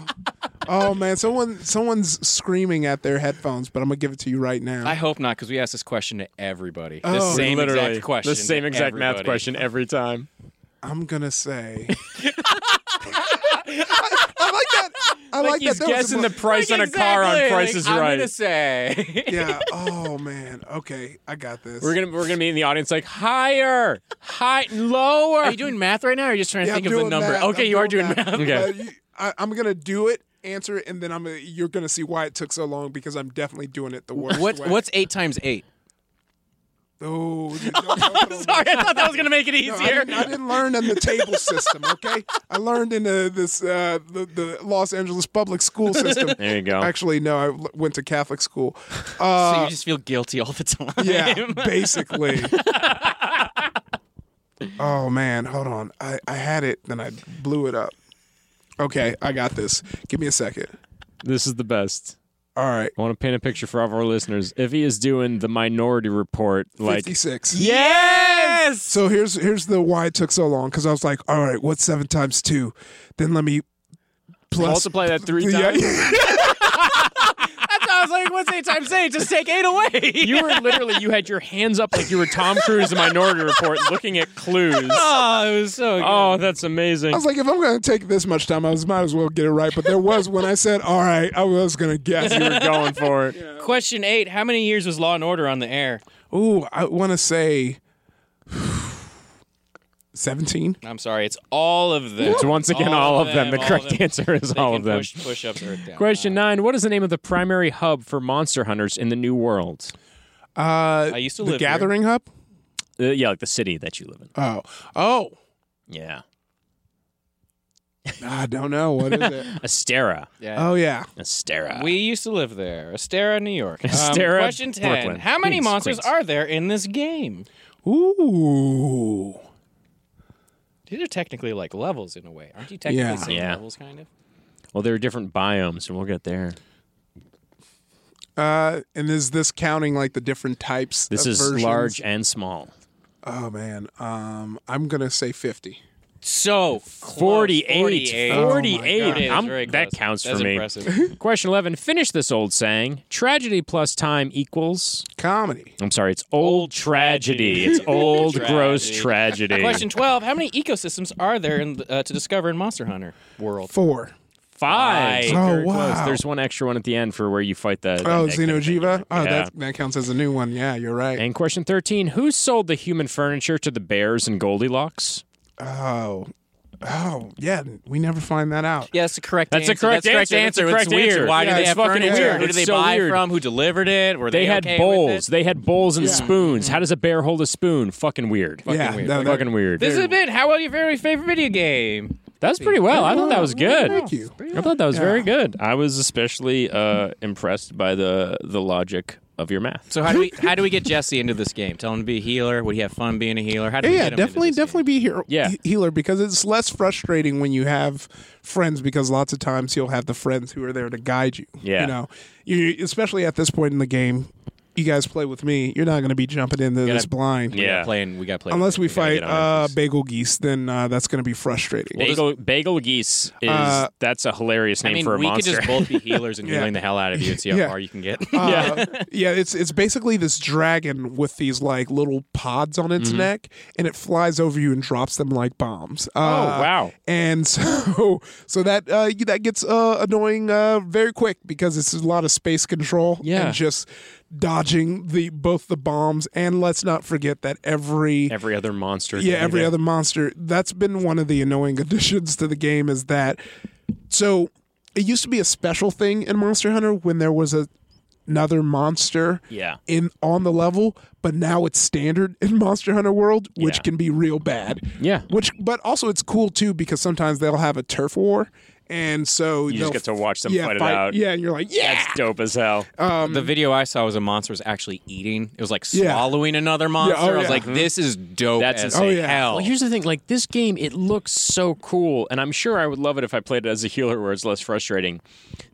oh man, someone someone's screaming at their headphones, but I'm gonna give it to you right now. I hope not, because we asked this question to everybody. The Oh. same Literally. exact question. The same to exact math everybody. question every time. I'm gonna say. I, I like that. I like, he's that. That was a guessing mo- the price on a car on Exactly. Price Like, is I'm Right. gonna say. yeah. Oh man. Okay, I got this. We're gonna we're gonna be in the audience like higher, high, lower. Are you doing math right now? Or are you just trying to Yeah, think I'm of the doing number? math. Okay, I'm you are doing math. math. Okay. Uh, you- I, I'm gonna do it, answer it, and then I'm gonna, you're gonna see why it took so long because I'm definitely doing it the worst What way. What's eight times eight? Oh, Sorry, I thought that was gonna make it No, I, easier. didn't, I didn't learn in the table system. Okay, I learned in the, this uh, the, the Los Angeles public school system. There you go. Actually, no, I l- went to Catholic school. so Uh, you just feel guilty all the time. yeah, basically. oh man, hold on. I, I had it, then I blew it up. Okay, I got this. Give me a second. This is the best. All right, I want to paint a picture for all of our listeners. If he is doing the Minority Report, like fifty-six. yes, So here's here's the why it took so long because I was like, all right, what's seven times two? Then let me plus Multiply that three Yeah, times. yeah. That's why I was like, what's eight times eight? Just take eight away. You were literally you had your hands up like you were Tom Cruise in Minority Report, looking at clues. Oh, it was so good. Oh, that's amazing. I was like, if I'm going to take this much time, I was, might as well get it right. But there was when I said, all right, I was going to guess you were going for it. Question eight: How many years was Law and Order on the air? Ooh, I want to say 17. I'm sorry, it's all of them. It's once again all, of them. The all correct of them. answer is They all can of them. Push, push up or down. Question nine: What is the name of the primary hub for monster hunters in the New World? Uh, I used to the live here. Gathering Hub? Uh, yeah, like the city that you live in. Oh. Oh. Yeah, I don't know. What is it? Astera. Yeah. oh, yeah. Astera. We used to live there, Astera, New York. Um, Astera, question ten: Brooklyn. How many Queens, monsters Queens. are there in this game? Ooh. These are technically like levels in a way, aren't you? Technically Yeah. saying Yeah. levels, kind of. well, there are different biomes, and we'll get there. Uh, and is this counting like the different types? This of is versions? large and small. Oh, man. Um, I'm going to say 50. So close. 48. 48. 48. Oh my God. It is I'm- very that close. counts That's for me. impressive. Question 11. Finish this old saying. Tragedy plus time equals. Comedy. I'm sorry, it's old, tragedy. tragedy. It's old, Tragedy. gross tragedy. Question 12 How many ecosystems are there in, uh, to discover in Monster Hunter World? Four. five. Five. Oh, Very close. wow. There's one extra one at the end for where you fight the. Oh, that- that Xenojiva? Oh, Yeah. that, that counts as a new one. Yeah, you're right. And question 13 Who sold the human furniture to the bears and Goldilocks? Oh. Oh, yeah. We never find that out. Yes, the correct That's the answer. correct That's the correct answer. answer. That's It's the correct weird. answer. Why Yeah, do they it's have fucking furniture? weird. Who do It's they so buy weird. from? Who delivered it? Were They, they, had okay with bowls. it? They had bowls and Yeah. spoons. How does a bear hold a spoon? Mm-hmm. Fucking weird. yeah, weird. no, that- Fucking weird. This has been How Well Your Very Favorite Video Game. That was pretty well. I thought that was good. Thank you. I thought that was very Yeah. good. I was especially uh, impressed by the the logic of your math. So how do we how do we get Jesse into this game? Tell him to be a healer. Would he have fun being a healer? How do Yeah, we yeah, get him definitely, into this definitely be here, Yeah. he- healer because it's less frustrating when you have friends because lots of times you'll have the friends who are there to guide you. Yeah. you know, you especially at this point in the game, you guys play with me. You're not going to be jumping into this blind. Game? We Yeah. got playing. We got playing. Unless we gotta fight get on uh, with this. bagel geese, then uh, that's going to be frustrating. Bagel, bagel geese is Uh, that's a hilarious name I mean, for a we monster. could just both be healers and Yeah. healing the hell out of you and see how Yeah. far you can get. Uh, yeah, it's it's basically this dragon with these like little pods on Mm-hmm. its neck, and it flies over you and drops them like bombs. Uh, Oh, wow. And so so that uh, you- that gets uh, annoying uh, very quick because it's a lot of space control Yeah. and just dodging the both the bombs. And let's not forget that every every other monster. yeah, every Yeah. other monster. That's been one of the annoying additions to the game is that. So it used to be a special thing in Monster Hunter when there was a, another monster Yeah. in on the level, but now it's standard in Monster Hunter World, which Yeah. can be real bad. Yeah. Which, but also it's cool too because sometimes they'll have a turf war, and so You just get to watch them yeah, fight it out. Yeah, and you're like, yeah, That's dope as hell. the video I saw was a monster was actually eating. It was like Mm-hmm. Yeah. swallowing another monster. oh, I was yeah. like, this is dope That's as insane. Oh, yeah. hell. Well, here's the thing. Like this game, it looks so cool, and I'm sure I would love it if I played it as a healer, where it's less frustrating.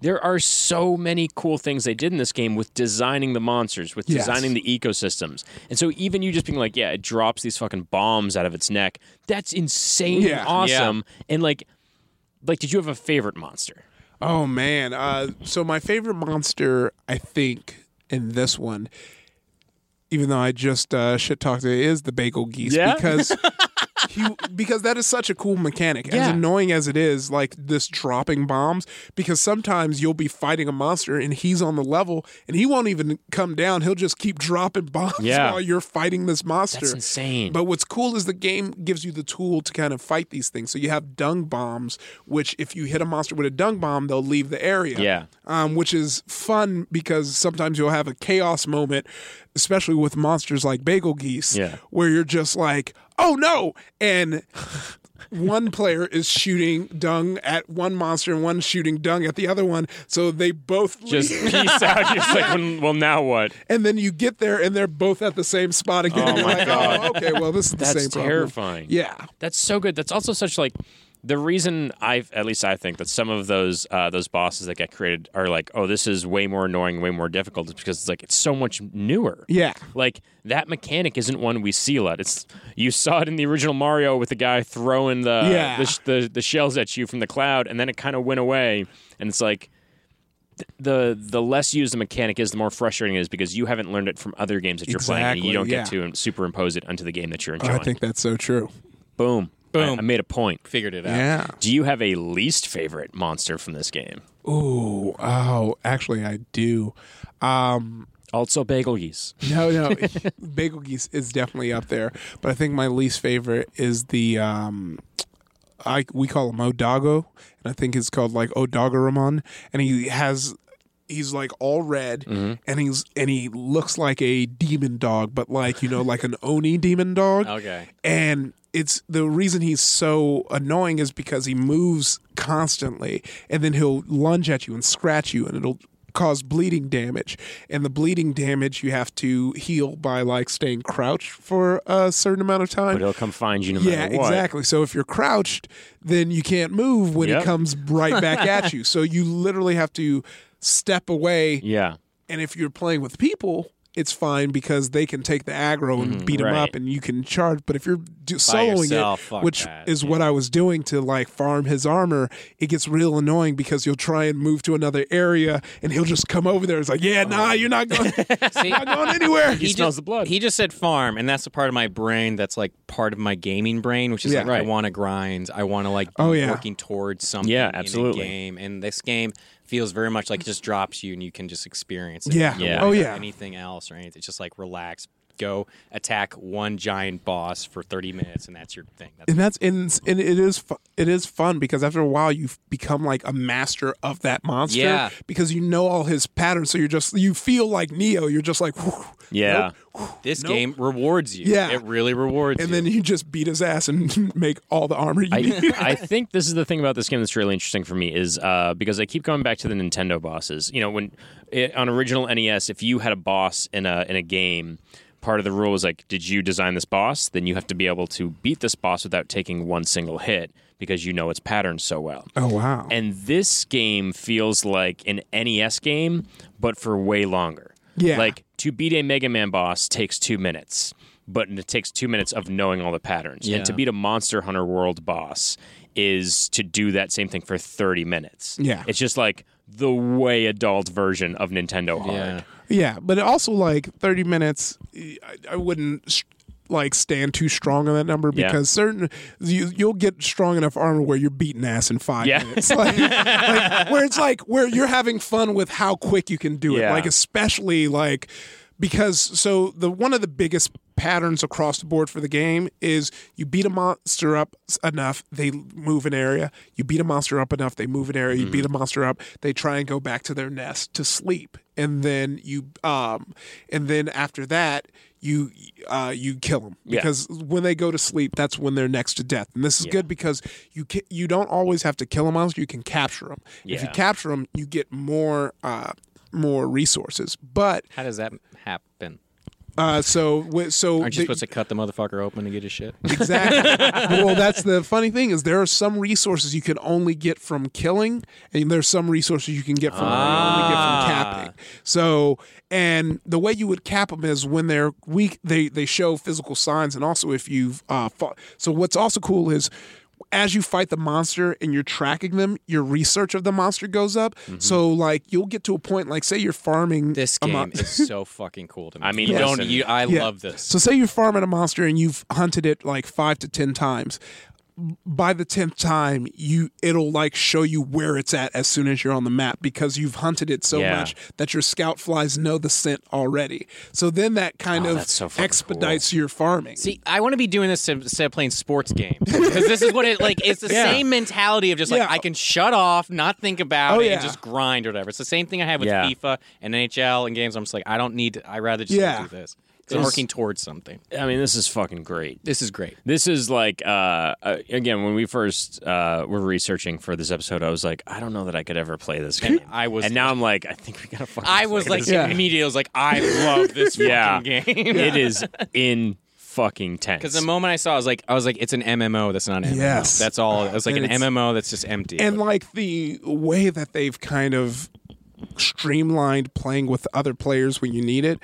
There are so many cool things they did in this game with designing the monsters, with Yes. designing the ecosystems, and so even you just being like, yeah, it drops these fucking bombs out of its neck. That's insane, Yeah. and awesome, and like, like, did you have a favorite monster? Oh man. Uh, so my favorite monster, I think, in this one, even though I just uh, shit talked it, is the bagel geese Yeah? because. He, because that is such a cool mechanic. As Yeah. annoying as it is, like this dropping bombs, because sometimes you'll be fighting a monster and he's on the level and he won't even come down. He'll just keep dropping bombs Yeah. while you're fighting this monster. That's insane. But what's cool is the game gives you the tool to kind of fight these things. So you have dung bombs, which if you hit a monster with a dung bomb, they'll leave the area. Yeah. Um, which is fun because sometimes you'll have a chaos moment, especially with monsters like bagel geese, Yeah. where you're just like, oh no. And one player is shooting dung at one monster and one's shooting dung at the other one. So they both leave. Just peace out. You're just like, well, well, now what? and then you get there and they're both at the same spot again. Oh, my like, God. oh okay, well, this is the That's same problem. terrifying. Yeah. That's so good. That's also such like the reason I, at least I think that some of those uh, those bosses that get created are like, oh, this is way more annoying, way more difficult, is because it's like it's so much newer. Yeah. Like that mechanic isn't one we see a lot. It's you saw it in the original Mario with the guy throwing the Yeah. the, sh- the the shells at you from the cloud, and then it kind of went away, and it's like. th- The the less used the mechanic is, the more frustrating it is because you haven't learned it from other games that you're playing, and you Exactly, don't get yeah. Oh, to superimpose it onto the game that you're I enjoying. think that's so true. Boom, Boom. I, I made a point. Figured it out. Yeah. Do you have a least favorite monster from this game? Ooh. Oh, actually, I do. Um, Also, bagel geese. no, no, bagel geese is definitely up there, but I think my least favorite is the um, I we call him Odago, and I think it's called like Odagoramon, and he has he's like all red, and he's and he looks like a demon dog, but like you know like an oni demon dog. Oh, Okay. and it's the reason he's so annoying is because he moves constantly and then he'll lunge at you and scratch you and it'll cause bleeding damage and the bleeding damage you have to heal by like staying crouched for a certain amount of time But he'll come find you no yeah, matter what. exactly. So if you're crouched, then you can't move when Yep. it comes right back at you. So you literally have to step away. Yeah. And if you're playing with people, it's fine because they can take the aggro and beat 'em beat them right. up and you can charge. But if you're do- soloing Mm, yourself, it, fuck which that, is what I was doing to like farm his armor, it gets real annoying because you'll try and move to another area and he'll just come over there. It's like, yeah, Oh. nah, you're not going, See, not going anywhere. He smells just, the blood. He just said farm, and that's the part of my brain that's like part of my gaming brain, which is Yeah. like I Right. want to grind. I want to like be Oh, yeah. working towards something. Yeah, in a absolutely. game, and this game feels very much like it just drops you, and you can just experience it. Yeah. You Yeah. don't worry Oh, about yeah. Anything else or anything? It's just like relax. Go attack one giant boss for thirty minutes, and that's your thing. That's and that's and, and it is fu- it is fun because after a while you've become like a master of that monster Yeah. because you know all his patterns so you're just you feel like Neo you're just like whew, Yeah. nope, whew, this nope. game rewards you. Yeah. it really rewards and you. then you just beat his ass and make all the armor you need. I, I think this is the thing about this game that's really interesting for me is uh, because I keep going back to the Nintendo bosses. You know, when it, on original NES, if you had a boss in a in a game, part of the rule is like, did you design this boss? Then you have to be able to beat this boss without taking one single hit because you know its patterns so well. oh wow. And this game feels like an NES game, but for way longer. Yeah. Like to beat a Mega Man boss takes two minutes, but it takes two minutes of knowing all the patterns. Yeah. And to beat a Monster Hunter World boss is to do that same thing for 30 minutes. Yeah. It's just like the way adult version of Nintendo hard. yeah. Yeah, but it also like 30 minutes, I, I wouldn't sh- like stand too strong on that number Yeah. because certain you, you'll get strong enough armor where you're beating ass in five Yeah. minutes, like, like, where it's like where you're having fun with how quick you can do Yeah. it, like especially like because so the one of the biggest patterns across the board for the game is you beat a monster up s- enough they move an area you beat a monster up enough they move an area you Mm-hmm. beat a monster up they try and go back to their nest to sleep and then you um and then after that you uh you kill them because when they go to sleep that's when they're next to death and this is good because you ca- you don't always have to kill a monster you can capture them if you Yeah. capture them you get more uh more resources but How does that happen? uh, so wi- so Aren't you the- supposed to cut the motherfucker open to get his shit? exactly. well, that's the funny thing is there are some resources you can only get from killing, and there's some resources you can get from Ah. only get from capping. So, and the way you would cap them is when they're weak, they they show physical signs, and also if you've uh, fought. So what's also cool is. As you fight the monster and you're tracking them, your research of the monster goes up. So, like, you'll get to a point, like, say you're Mm-hmm. farming This a game mon- is so fucking cool to me. I mean, You don't listen. you? I Yeah. love this. So say you're farming a monster and you've hunted it like five to ten times. By the tenth time, you it'll like show you where it's at as soon as you're on the map because you've hunted it so Yeah. much that your scout flies know the scent already. So then that kind of Oh, that's so fucking expedites your farming. See, I want to be doing this instead of playing sports games because this is what it like. It's the same mentality of just like Yeah. I can shut off, not think about Oh, it, yeah. and just grind or whatever. It's the same thing I have with Yeah. FIFA and NHL and games. I'm just like, I don't need. I rather just Yeah. do this. 'Cause I'm working towards something. I mean, this is fucking great. This is great. This is like uh, uh, again when we first uh, were researching for this episode, I was like, I don't know that I could ever play this game. I was- and now I'm like, I think we gotta fucking. I was like Yeah. immediately. I was like, I love this fucking Yeah. game. it is in fucking tense. Because the moment I saw, I was like, I was like, it's an MMO that's not an MMO. Yes. that's all. It's like And an it's- MMO that's just empty. and like the way that they've kind of streamlined playing with other players when you need it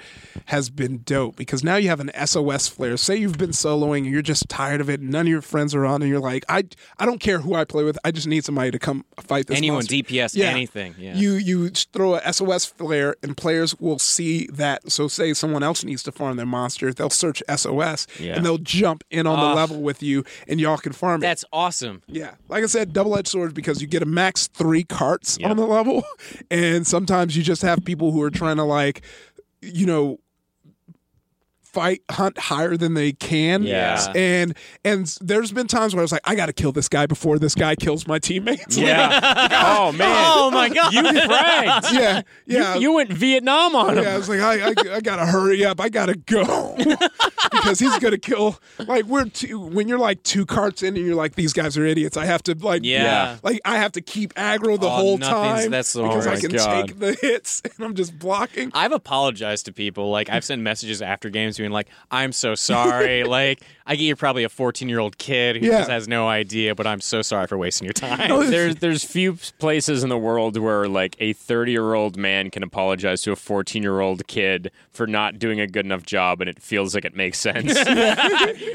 has been dope because now you have an SOS flair. Say you've been soloing and you're just tired of it and none of your friends are on and you're like, I I don't care who I play with. I just need somebody to come fight this Anyone monster. DPS anything, yeah. You you throw a SOS flare and players will see that. So say someone else needs to farm their monster, they'll search SOS and they'll jump in on the level with you and y'all can farm it. that's awesome. Yeah, like I said, double edged sword because you get a max three carts on the level, and sometimes you just have people who are trying to like, you know, fight hunt higher than they can. Yeah. and and there's been times where I was like, I got to kill this guy before this guy kills my teammates. Like, yeah. oh man. Oh my god! You fragged. yeah, yeah. You went Vietnam on him. yeah, I was like, I, I, I gotta hurry up. I gotta go because he's gonna kill. Like we're two, when you're like two carts in and you're like, these guys are idiots. I have to like, Yeah. like I have to keep aggro the Oh, whole nothing's- time that's the- oh because I my can God. take the hits and I'm just blocking. I've apologized to people. Like I've sent messages after games being like, I'm so sorry. like I get you're probably a 14 year old kid who Yeah. just has no idea, but I'm so sorry for wasting your time. there's there's few places in the world where like a 30 year old man can apologize to a 14 year old kid for not doing a good enough job, and it feels like it makes sense.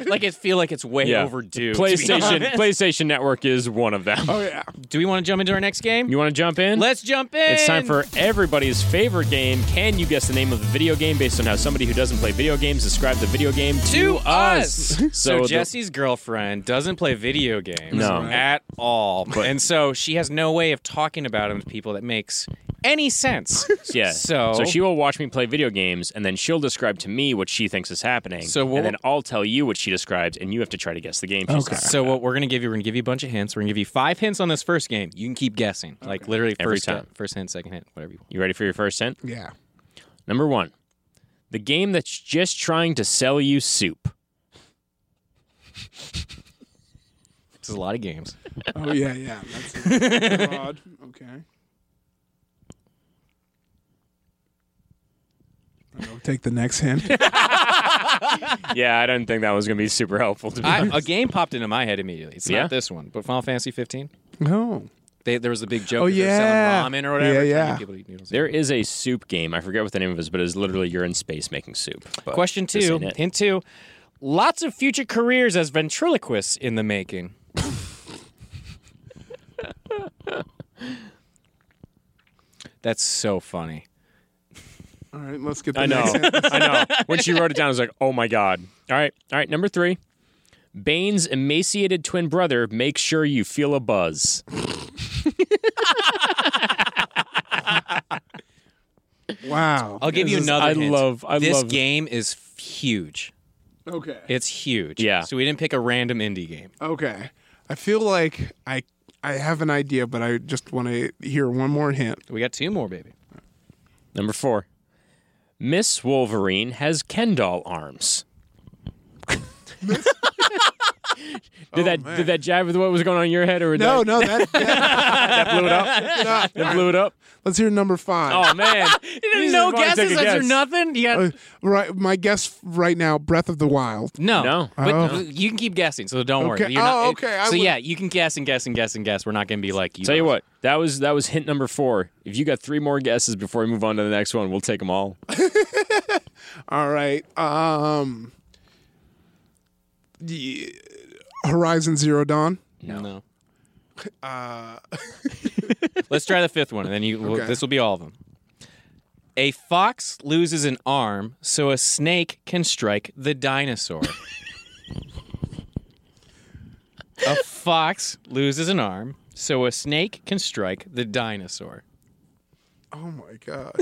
like I feel like it's way Yeah. overdue. to be PlayStation honest. PlayStation Network is one of them. Oh yeah, Do we want to jump into our next game? You want to jump in? Let's jump in. It's time for everybody's favorite game. Can you guess the name of the video game based on how somebody who doesn't play video games described the video game to, to us. So, the- Jesse's girlfriend doesn't play video games No. at all, and so she has no way of talking about them to people that makes any sense. Yeah. So, she will watch me play video games, and then she'll describe to me what she thinks is happening. So what- and then I'll tell you what she describes, and you have to try to guess the game. She's describing. So what we're gonna give you, we're gonna give you a bunch of hints. We're gonna give you five hints on this first game. You can keep guessing, like literally Every first time. hint, first hint, second hint, whatever you want. You ready for your first hint? yeah. Number one, the game that's just trying to sell you soup. This is a lot of games. Oh yeah, yeah. That's broad. Okay. I'll take the next hand. yeah, I didn't think that was going to be super helpful. To be I, honest. a game popped into my head immediately. It's Yeah? not this one, but Final Fantasy 15. No. They, there was a big joke. Oh, that they're selling yeah. ramen or whatever. trying Yeah, to yeah. get people to eat noodles. there is a soup game. I forget what the name of it is, but it's literally you're in space making soup. But Question this two, ain't it. hint two. Lots of future careers as ventriloquists in the making. That's so funny. All right, let's get the I know. next hand. I know. When she wrote it down, I was like, oh my God. All right. All right. Number three. Bane's emaciated twin brother makes sure you feel a buzz. Wow. I'll give you This is- another. I hint. love- I this love- game is f- huge. Okay. It's huge. Yeah. So we didn't pick a random indie game. Okay. I feel like I I have an idea, but I just want to hear one more hint. We got two more, baby. Number four. Miss Wolverine has Ken doll arms. did that did that jive with what was going on in your head or did No, that, no, that, that, that blew it up? that blew it up. let's hear number five. Oh man. You no just wanna take a guesses guess. under nothing. You got- Uh, right, my guess right now, Breath of the Wild. no, No. But Oh. you can keep guessing, so don't worry. Okay. You're not- Oh, okay, I so would- yeah, you can guess and guess and guess and guess. We're not gonna be like you. Tell you guys. what, that was that was hint number four. If you got three more guesses before we move on to the next one, we'll take them all. All right. Um, the- Horizon Zero Dawn. No. Let's try the fifth one, and then you. we'll- Okay. This will be all of them. A fox loses an arm, so a snake can strike the dinosaur. a fox loses an arm, so a snake can strike the dinosaur. Oh my god.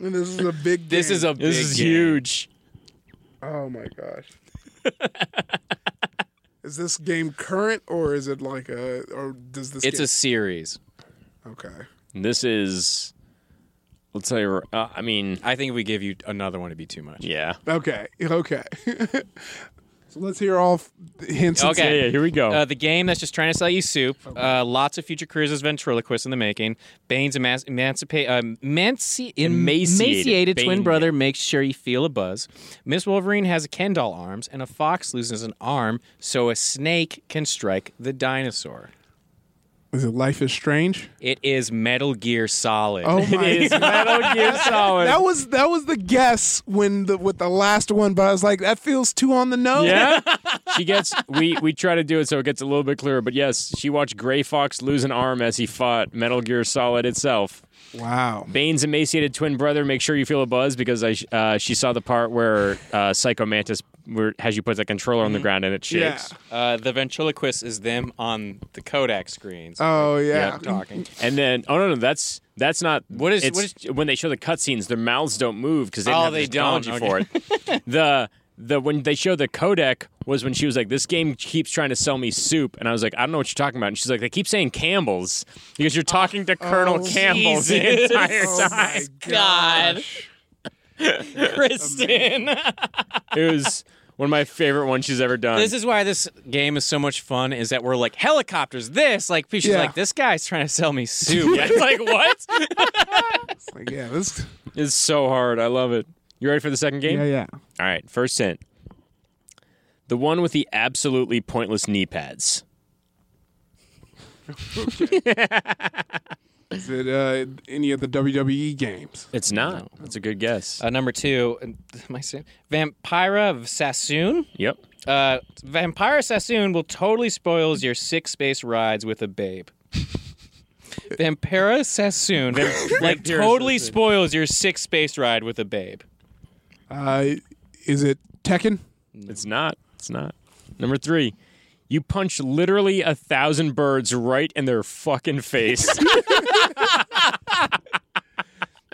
And this is a big. This game. is a. This big is game. huge. Oh my gosh. is this game current or is it like a or does this? It's a series. a okay. This is. Let's tell you. Uh, I mean, I think if we give you another one, it'd be too much. yeah. Okay. Okay. So let's hear all f- hints. and Okay. Yeah, yeah, here we go. Uh, the game that's just trying to sell you soup. Oh, Uh, lots of future careers as ventriloquists in the making. Bane's emanci- emancipa- uh, emanci- Emaciated emaciated, twin Bane. brother makes sure you feel a buzz. Miss Wolverine has Ken doll arms, and a fox loses an arm so a snake can strike the dinosaur. Is it Life is Strange? It is Metal Gear Solid. Oh my! It's Metal Gear Solid. That was that was the guess when the with the last one, but I was like, that feels too on the nose. Yeah, she gets. We we try to do it so it gets a little bit clearer. But yes, she watched Gray Fox lose an arm as he fought Metal Gear Solid itself. Wow. Bane's emaciated twin brother. Make sure you feel a buzz because I sh- uh, she saw the part where uh, Psycho Mantis where, has you put the controller on the ground and it shakes. Yeah. Uh, the ventriloquist is them on the Kodak screens. Oh yeah. talking. And then oh no no that's that's not What is- it's, what when they show the cutscenes their mouths don't move because they Oh, don't have they the technology don't, for it. the the when they show the codec was when she was like this game keeps trying to sell me soup and I was like I don't know what you're talking about and she's like they keep saying Campbell's because you're talking to Colonel Campbell's the Oh, Jesus. entire Oh time. my God. gosh. Kristen. It was one of my favorite ones she's ever done. This is why this game is so much fun. Is that we're like helicopters? This like she's Yeah. like this guy's trying to sell me soup. yeah, it's like what? It's like, yeah. This. It's so hard. I love it. You ready for the second game? Yeah. Yeah. All right, first hint. The one with the absolutely pointless knee pads. Is it uh, any of the WWE games? It's not. That's a good guess. Uh, number two, uh, my sin- Vampira Sassoon. yep. Uh, Vampira Sassoon will totally spoils your six space rides with a babe. Vampira Sassoon like Vampira totally Sassoon. spoils your six space ride with a babe. Uh, is it Tekken? It's not. It's not. Number three. You punch literally a thousand birds right in their fucking face.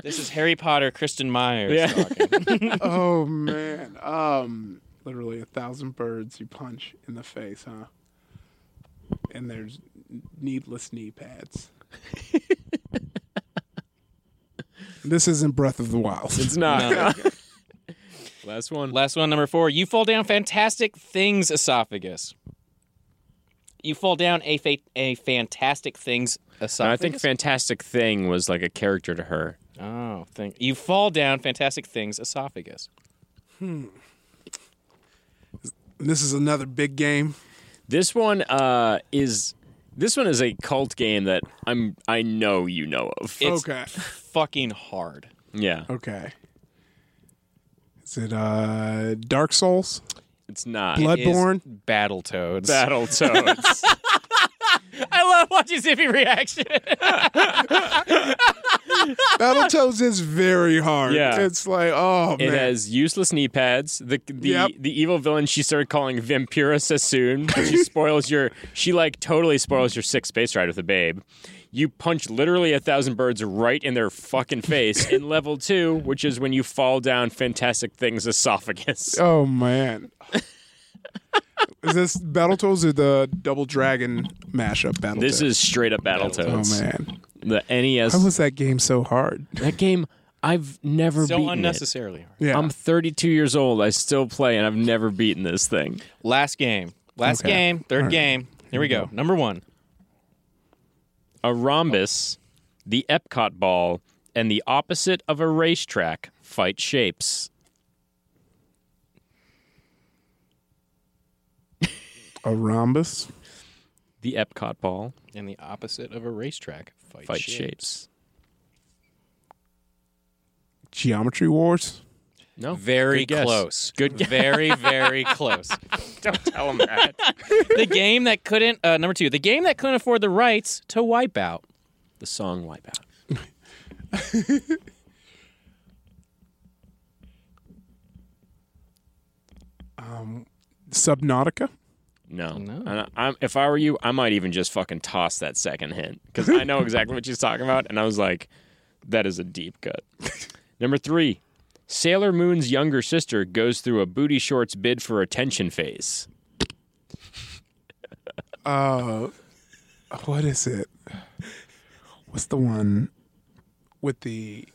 This is Harry Potter, Kristen Myers. Yeah. talking. oh man. Um, literally a thousand birds you punch in the face, huh? And there's needless knee pads. this isn't Breath of the Wild. it's not. Last one. Last one, number four. You fall down fantastic things esophagus. You fall down a fa- a fantastic things No, esophagus. I think Fantastic Thing was like a character to her. Oh, think you fall down fantastic things esophagus. This is another big game. This one uh, is this one is a cult game that I'm I know you know of. It's Okay. fucking hard. yeah. Okay. Is it uh Dark Souls? It's not. Blood- Is Bloodborne? Battletoads. Battletoads. I love watching Zippy reaction. Battletoads is very hard. Yeah. It's like, oh It man. has useless knee pads. The the, Yep. the evil villain she started calling Vampira Sassoon. She spoils your she like totally spoils your sixth space ride with a babe. You punch literally a thousand birds right in their fucking face in level two, which is when you fall down Fantastic Things esophagus. Oh man. is this Battletoads or the Double Dragon mashup Battletoads? This is straight up Oh Battletoads. man. The NES How was that game so hard? that game I've never so beaten. it. unnecessarily hard. Yeah. I'm 32 years old. I still play, and I've never beaten this thing. Last game. Last Okay. game. Third game. Here we go. Number one. a rhombus, the Epcot ball, and the opposite of a racetrack fight shapes. a rhombus. The Epcot ball And the opposite of a racetrack. Fight, fight shape. shapes. Geometry Wars. No, Very Good guess. close. Good guess. Very, very close. Don't tell him that. The game that couldn't, uh, number two, the game that couldn't afford the rights to Wipeout. the song Wipeout. Subnautica. No, No. And I, am if I were you, I might even just fucking toss that second hint because I know exactly what she's talking about, and I was like, that is a deep cut. Number three, Sailor Moon's younger sister goes through a booty shorts bid for attention phase. Uh, what is it? What's the one with the?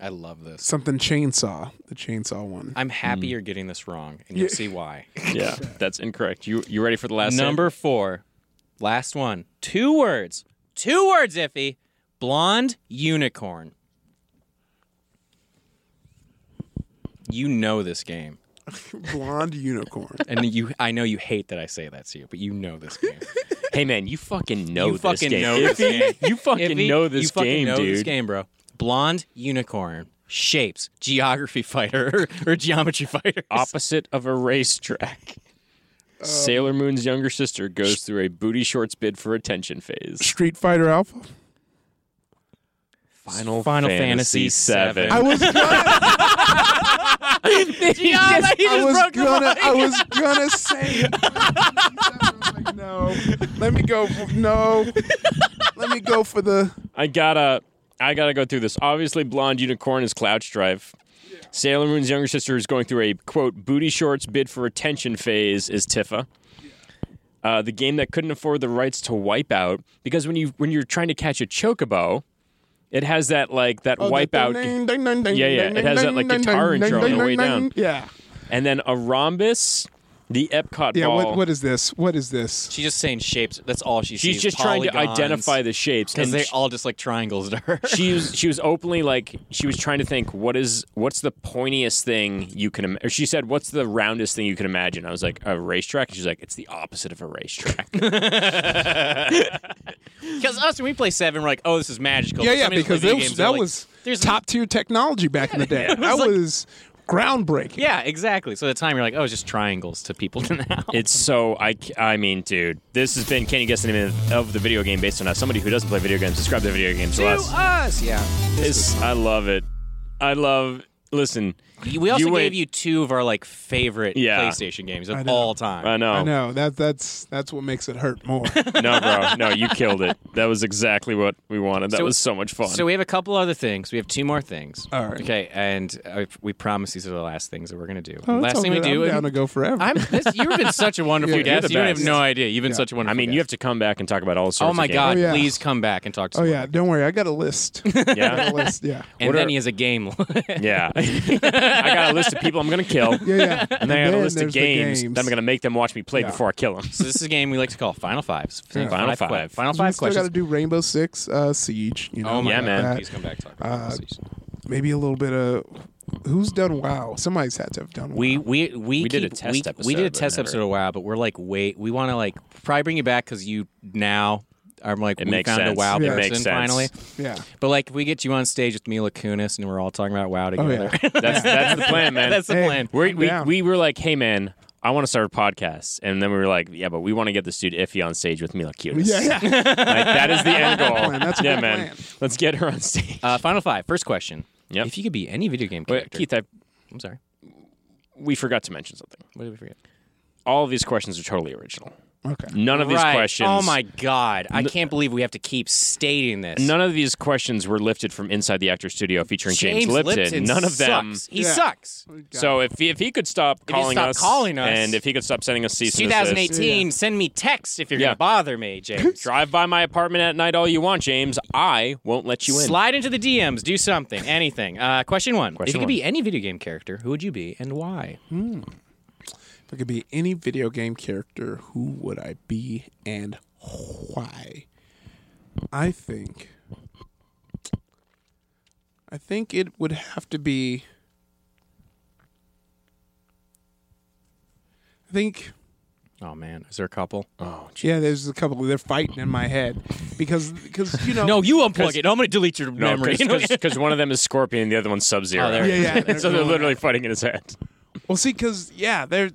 I love this. Something chainsaw, the chainsaw one. I'm Hmm. happy you're getting this wrong, and you'll see why. Yeah, that's incorrect. You you ready for the last hint? Number four, last one. Two words. Two words, Iffy. Blonde unicorn. You know this game, Blonde unicorn. and you. I know you hate that I say that to you, but you know this game. Hey man, you fucking know You this fucking game. know this game. You fucking Iffy, know this you fucking game, know dude. This game, bro. Blonde unicorn shapes geography fighter or geometry fighter. Opposite of a racetrack. Um, Sailor Moon's younger sister goes through a booty shorts bid for attention phase. Street Fighter Alpha. Final, Final Fantasy VII. VII. I was gonna, I was gonna, I was gonna say. Like, no, let me go. For, no, let me go for the. I gotta I gotta go through this. Obviously, blonde unicorn is Cloud Strife. Sailor Moon's younger sister is going through a quote booty shorts bid for attention phase is Tifa. Uh, the game that couldn't afford the rights to wipe out because when you when you're trying to catch a chocobo, it has that like that Oh, the wipeout, ding, ding, ding, ding, Yeah, yeah, ding, it has that, like, ding, guitar ding, intro on ding, the way ding, down. ding. Yeah, and then a rhombus, the Epcot yeah. ball. What, what is this? What is this? She's just saying shapes. That's all she sees. She's just trying to polygons, identify the shapes, because and they sh- all just like triangles to her. she was she was openly like she was trying to think what is what's the pointiest thing you can im- or she said what's the roundest thing you can imagine i was like a racetrack and she's like it's the opposite of a racetrack Because us, when we play seven, we're like, oh, this is magical. Yeah, But yeah. some of these Because video it was, games are that like- was there's- top tier technology back in the day. That was groundbreaking. Yeah, exactly. So at the time, you're like, oh, it's just triangles to people now. it's so i c- i mean dude this has been can you guess the name of- of the video game based on us somebody who doesn't play video games describe the video games to us yeah. It's- i love it i love listen We also wait- gave you two of our like favorite Yeah. PlayStation games of know. all time. I know. I know that that's that's what makes it hurt more. No, bro. No, you killed it. That was exactly what we wanted. That So- was so much fun. So we have a couple other things. We have two more things. All right. Okay, and uh, we promise these are the last things that we're gonna do. Oh, that's last thing all we good. do. I'm and- down to go forever. I'm- this- you've been such a wonderful Yeah, you're guest. the You don't have best. no idea. You've been such a wonderful. I mean, you have to come back and talk about all sorts Oh of my games. God! Oh, yeah. Please come back and talk to oh us. yeah, don't worry. I got a list. I Yeah. got a list. Yeah. And What then are- he has a game. Yeah. I got a list of people I'm going to kill. Yeah, yeah. And then I got a Then list of there's the games, games. that I'm going to make them watch me play before I kill them. so this is a game we like to call Final Fives. Final que- Five. Final We Five still got to questions. do Rainbow Six uh, Siege. You know, Oh my Yeah, God! man. that. Please come back. and Talk about this. Maybe a little bit of who's done WoW. Somebody's had to have done. We we we, We did a keep- test we, We episode, did a but test never- episode a while, but we're like, wait, we want to like probably bring you back because you now are like It we makes found sense. a WoW It person makes sense. finally. WoW. Yeah. But like, if we get you on stage with Mila Kunis and we're all talking about WoW Oh together, yeah. That's, that's the plan, man. that's the Hey. plan. We're- we, down. we were like, hey, man, I want to start a podcast. And then we were like, yeah, but we want to get this dude Iffy on stage with Mila Kunis. yeah, yeah. Like, that is the end goal. plan. That's a yeah, good man. plan. Let's get her on stage. Uh, Final five, first question. Yep. If you could be any video game Wait, character, Keith, I, I'm sorry. we forgot to mention something. What did we forget? All of these questions are totally original. Okay. None of these Right. questions. Oh my god! I can't believe we have to keep stating this. None of these questions were lifted from Inside the Actor Studio featuring James, Lipton. None of them. Sucks. He Yeah. sucks. So if he, if he could stop he calling stopped us, calling us- and if he could stop sending us cease It's and desist. 2018. Send me text if you're Yeah. gonna bother me, James. drive by my apartment at night all you want, James. I won't let you in. Slide into the DMs. Do something. Anything. Uh, question one. if Question you could one. be any video game character, who would you be and why? If I could be any video game character, who would I be and why? I think. I think it would have to be. I think. Oh man, is there a couple? Oh. Yeah, there's a couple. They're fighting in my head because because you know. No, you unplug it. I'm gonna delete your no, memory. because one of them is Scorpion, the other one's Sub Zero. Oh, there Yeah, yeah. so they're going- literally fighting in his head. Well, see, because yeah, there's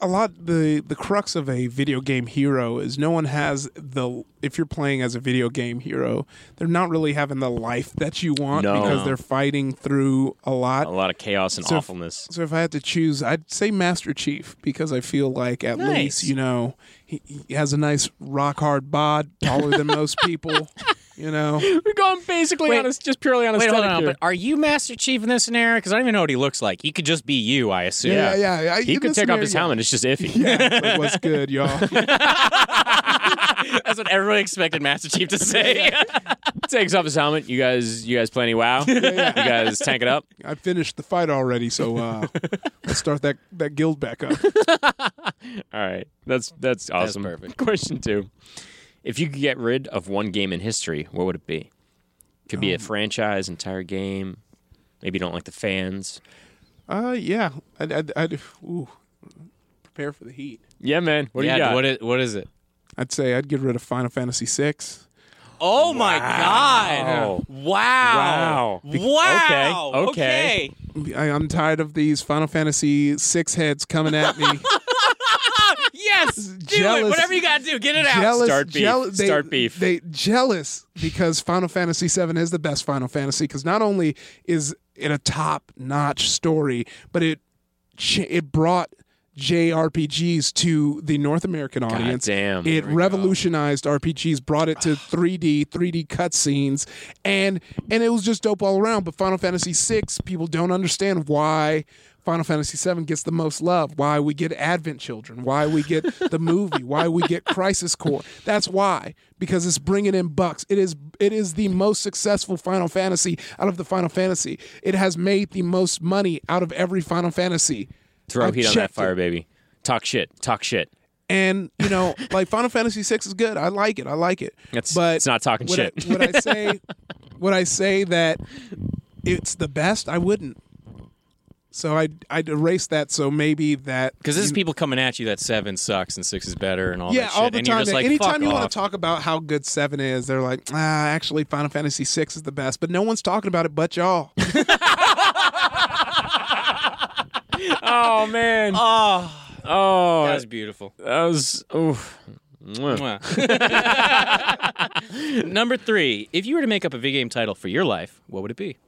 a lot. the The crux of a video game hero is no one has the. If you're playing as a video game hero, they're not really having the life that you want No. because they're fighting through a lot. A lot of chaos and So if- awfulness. So if I had to choose, I'd say Master Chief because I feel like at Nice. least you know he, he has a nice rock hard bod, taller than most people. You know, We're going basically Wait. on a, just purely on a Wait, hold aesthetic on. here. But are you Master Chief in this scenario? Because I don't even know what he looks like. He could just be you, I assume. yeah, yeah. yeah. He could take off his helmet. It's just iffy. Yeah, it was good, y'all. That's what everyone expected Master Chief to say. Takes off his helmet. You guys, you guys play any WoW? You guys tank it up. I finished the fight already, so uh, let's start that that guild back up. All right, that's that's awesome. perfect. Question two: If you could get rid of one game in history, what would it be? Could be a franchise, entire game. Maybe you don't like the fans. Uh, yeah, I'd, I'd, I'd ooh, prepare for the heat. Yeah, man. What do yeah, you got? what is, what is it? I'd say I'd get rid of Final Fantasy VI. oh my Oh. God! Wow! Wow. Wow! Okay, okay. I, I'm tired of these Final Fantasy VI heads coming at me. Yes, do it. Jealous- Whatever you gotta do, get it out. jealous, Start beef. jealous- they, Start beef. They jealous because Final Fantasy VII is the best Final Fantasy because not only is it a top-notch story, but it ch- it brought JRPGs to the North American audience. damn. It revolutionized RPGs, brought it to 3D, 3D cutscenes, and and it was just dope all around. But Final Fantasy VI, people don't understand why Final Fantasy VII gets the most love, why we get Advent Children, why we get the movie, why we get Crisis Core. That's why because it's bringing in bucks. It is it is the most successful Final Fantasy out of the Final Fantasy. It has made the most money out of every Final Fantasy. Throw I've heat on that checked it. fire, baby. Talk shit. Talk shit. And you know, like Final Fantasy VI is good. I like it. I like it. It's- but it's not talking would shit. I, would I say? would I say that it's the best? I wouldn't. So I'd I'd erase that. So maybe that Because this is people coming at you that seven sucks and six is better and all yeah, that shit. all the and time. you're just like, anytime fuck you off. want to talk about how good Seven is, they're like, ah, actually, Final Fantasy VI is the best, but no one's talking about it but y'all. Oh man. Oh, Oh, That was Ah, beautiful. that was. Oof. Mwah. Number three, if you were to make up a video game title for your life, what would it be?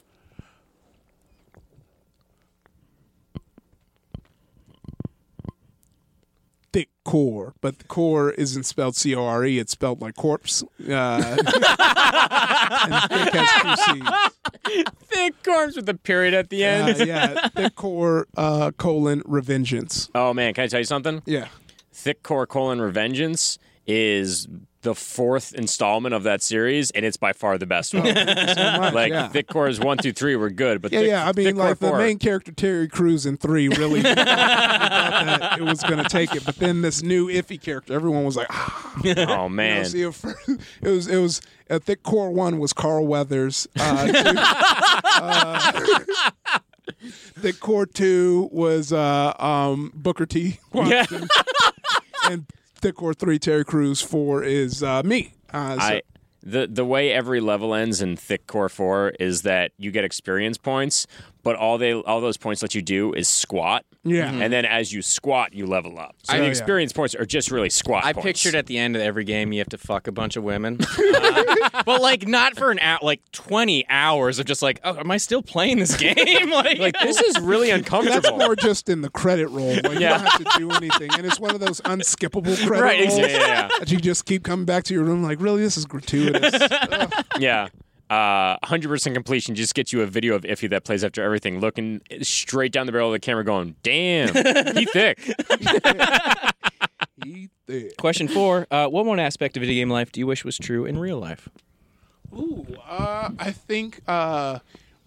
Thick core, but core isn't spelled C O R E. It's spelled like corpse. Uh, and thick has two C's. Thick arms with a period at the end. Uh, yeah, thick core uh, colon revengeance. Oh man, can I tell you something? Yeah, Thick Core colon Revengeance is the fourth installment of that series, and it's by far the best one. like yeah. Thick Core is one, two, three were good, but yeah, Thick, yeah. I Thick mean, Core like the four, main character Terry Crews in three really thought that it was going to take it, but then this new iffy character, everyone was like, ah, Oh you know, man, see, if- it was it was uh, thick core one was Carl Weathers. Uh, two- uh, Thick core two was uh, um, Booker T. Washington, and thick core three Terry Crews. Four is uh, me. Uh, so- I the the way every level ends in Thick Core Four is that you get experience points, but all they all those points let you do is squat. Yeah. Mm-hmm. Oh, and then as you squat, you level up. So the yeah. experience points are just really squat. I points. pictured at the end of every game you have to fuck a bunch of women, Uh, but like not for an hour, like twenty hours of just like, oh, am I still playing this game? like, like this is really uncomfortable. That's more just in the credit roll. Like you Yeah. don't have to do anything, and it's one of those unskippable credit Right, rolls exactly. Yeah, yeah, yeah. that you just keep coming back to your room. Like, really, this is gratuitous. Ugh. Yeah. Uh, 100% completion just gets you a video of Iffy that plays after everything, looking straight down the barrel of the camera, going, damn, he thick. Eat it. Question four: uh, What one aspect of video game life do you wish was true in real life? Ooh, uh, I think uh,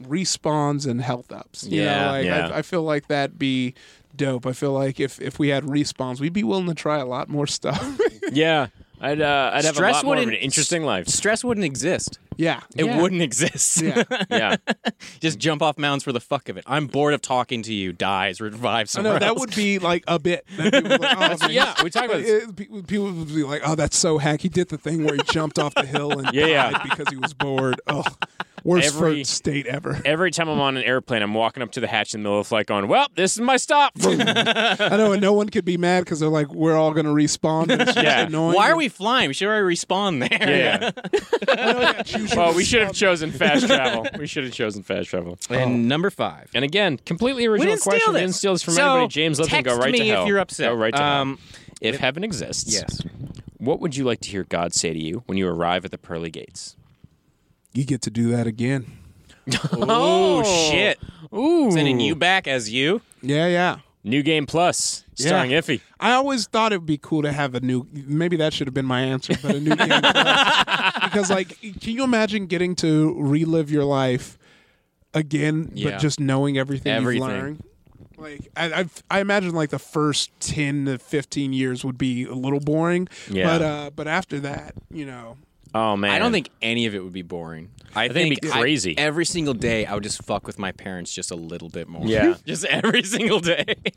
respawns and health ups. You Yeah, know, like, yeah. I, I feel like that'd be dope. I feel like if if we had respawns, we'd be willing to try a lot more stuff. Yeah. I'd, uh, I'd have Stress a lot more of an wouldn't- interesting life. Stress wouldn't exist. yeah, It Yeah. wouldn't exist. Yeah. Yeah. just jump off mounds for the fuck of it. I'm bored of talking to you. Dies, revives I know somewhere that else. would be like a bit. That'd be like, oh, man. yeah. We talked about this. It- pe- people would be like, "Oh, that's so hack." He did the thing where he jumped off the hill and Yeah, yeah. died because he was bored. Oh, worst Every- first state ever. Every time I'm on an airplane, I'm walking up to the hatch in the middle of flight going, well, this is my stop. yeah. I know, and no one could be mad because they're like, "We're all gonna respawn." and It's just Yeah. annoying. Why are we flying? We should already respawn there. yeah. Well, we should have chosen fast travel. We should have chosen fast travel. And number five. And again, completely original didn't steal Oh. question. this. Didn't steal this from So, anybody. James, let them go text right to me if hell. you're upset. Go right to Um, hell. If heaven exists, Yes. What would you like to hear God say to you when you arrive at the pearly gates? you get to do that again. Oh shit! Ooh. Sending you back as you. Yeah, yeah. New Game Plus, starring Yeah. Iffy. I always thought it would be cool to have a new. Maybe that should have been my answer, but a new game plus. because, like, can you imagine getting to relive your life again, Yeah. but just knowing everything, Everything. you've learned? Like, I, I've, I imagine like the first ten to fifteen years would be a little boring, Yeah. but uh, but after that, you know, Oh man, I don't think any of it would be boring. I, think it'd be I- crazy. every single day, I would just fuck with my parents just a little bit more. Yeah. just every single day.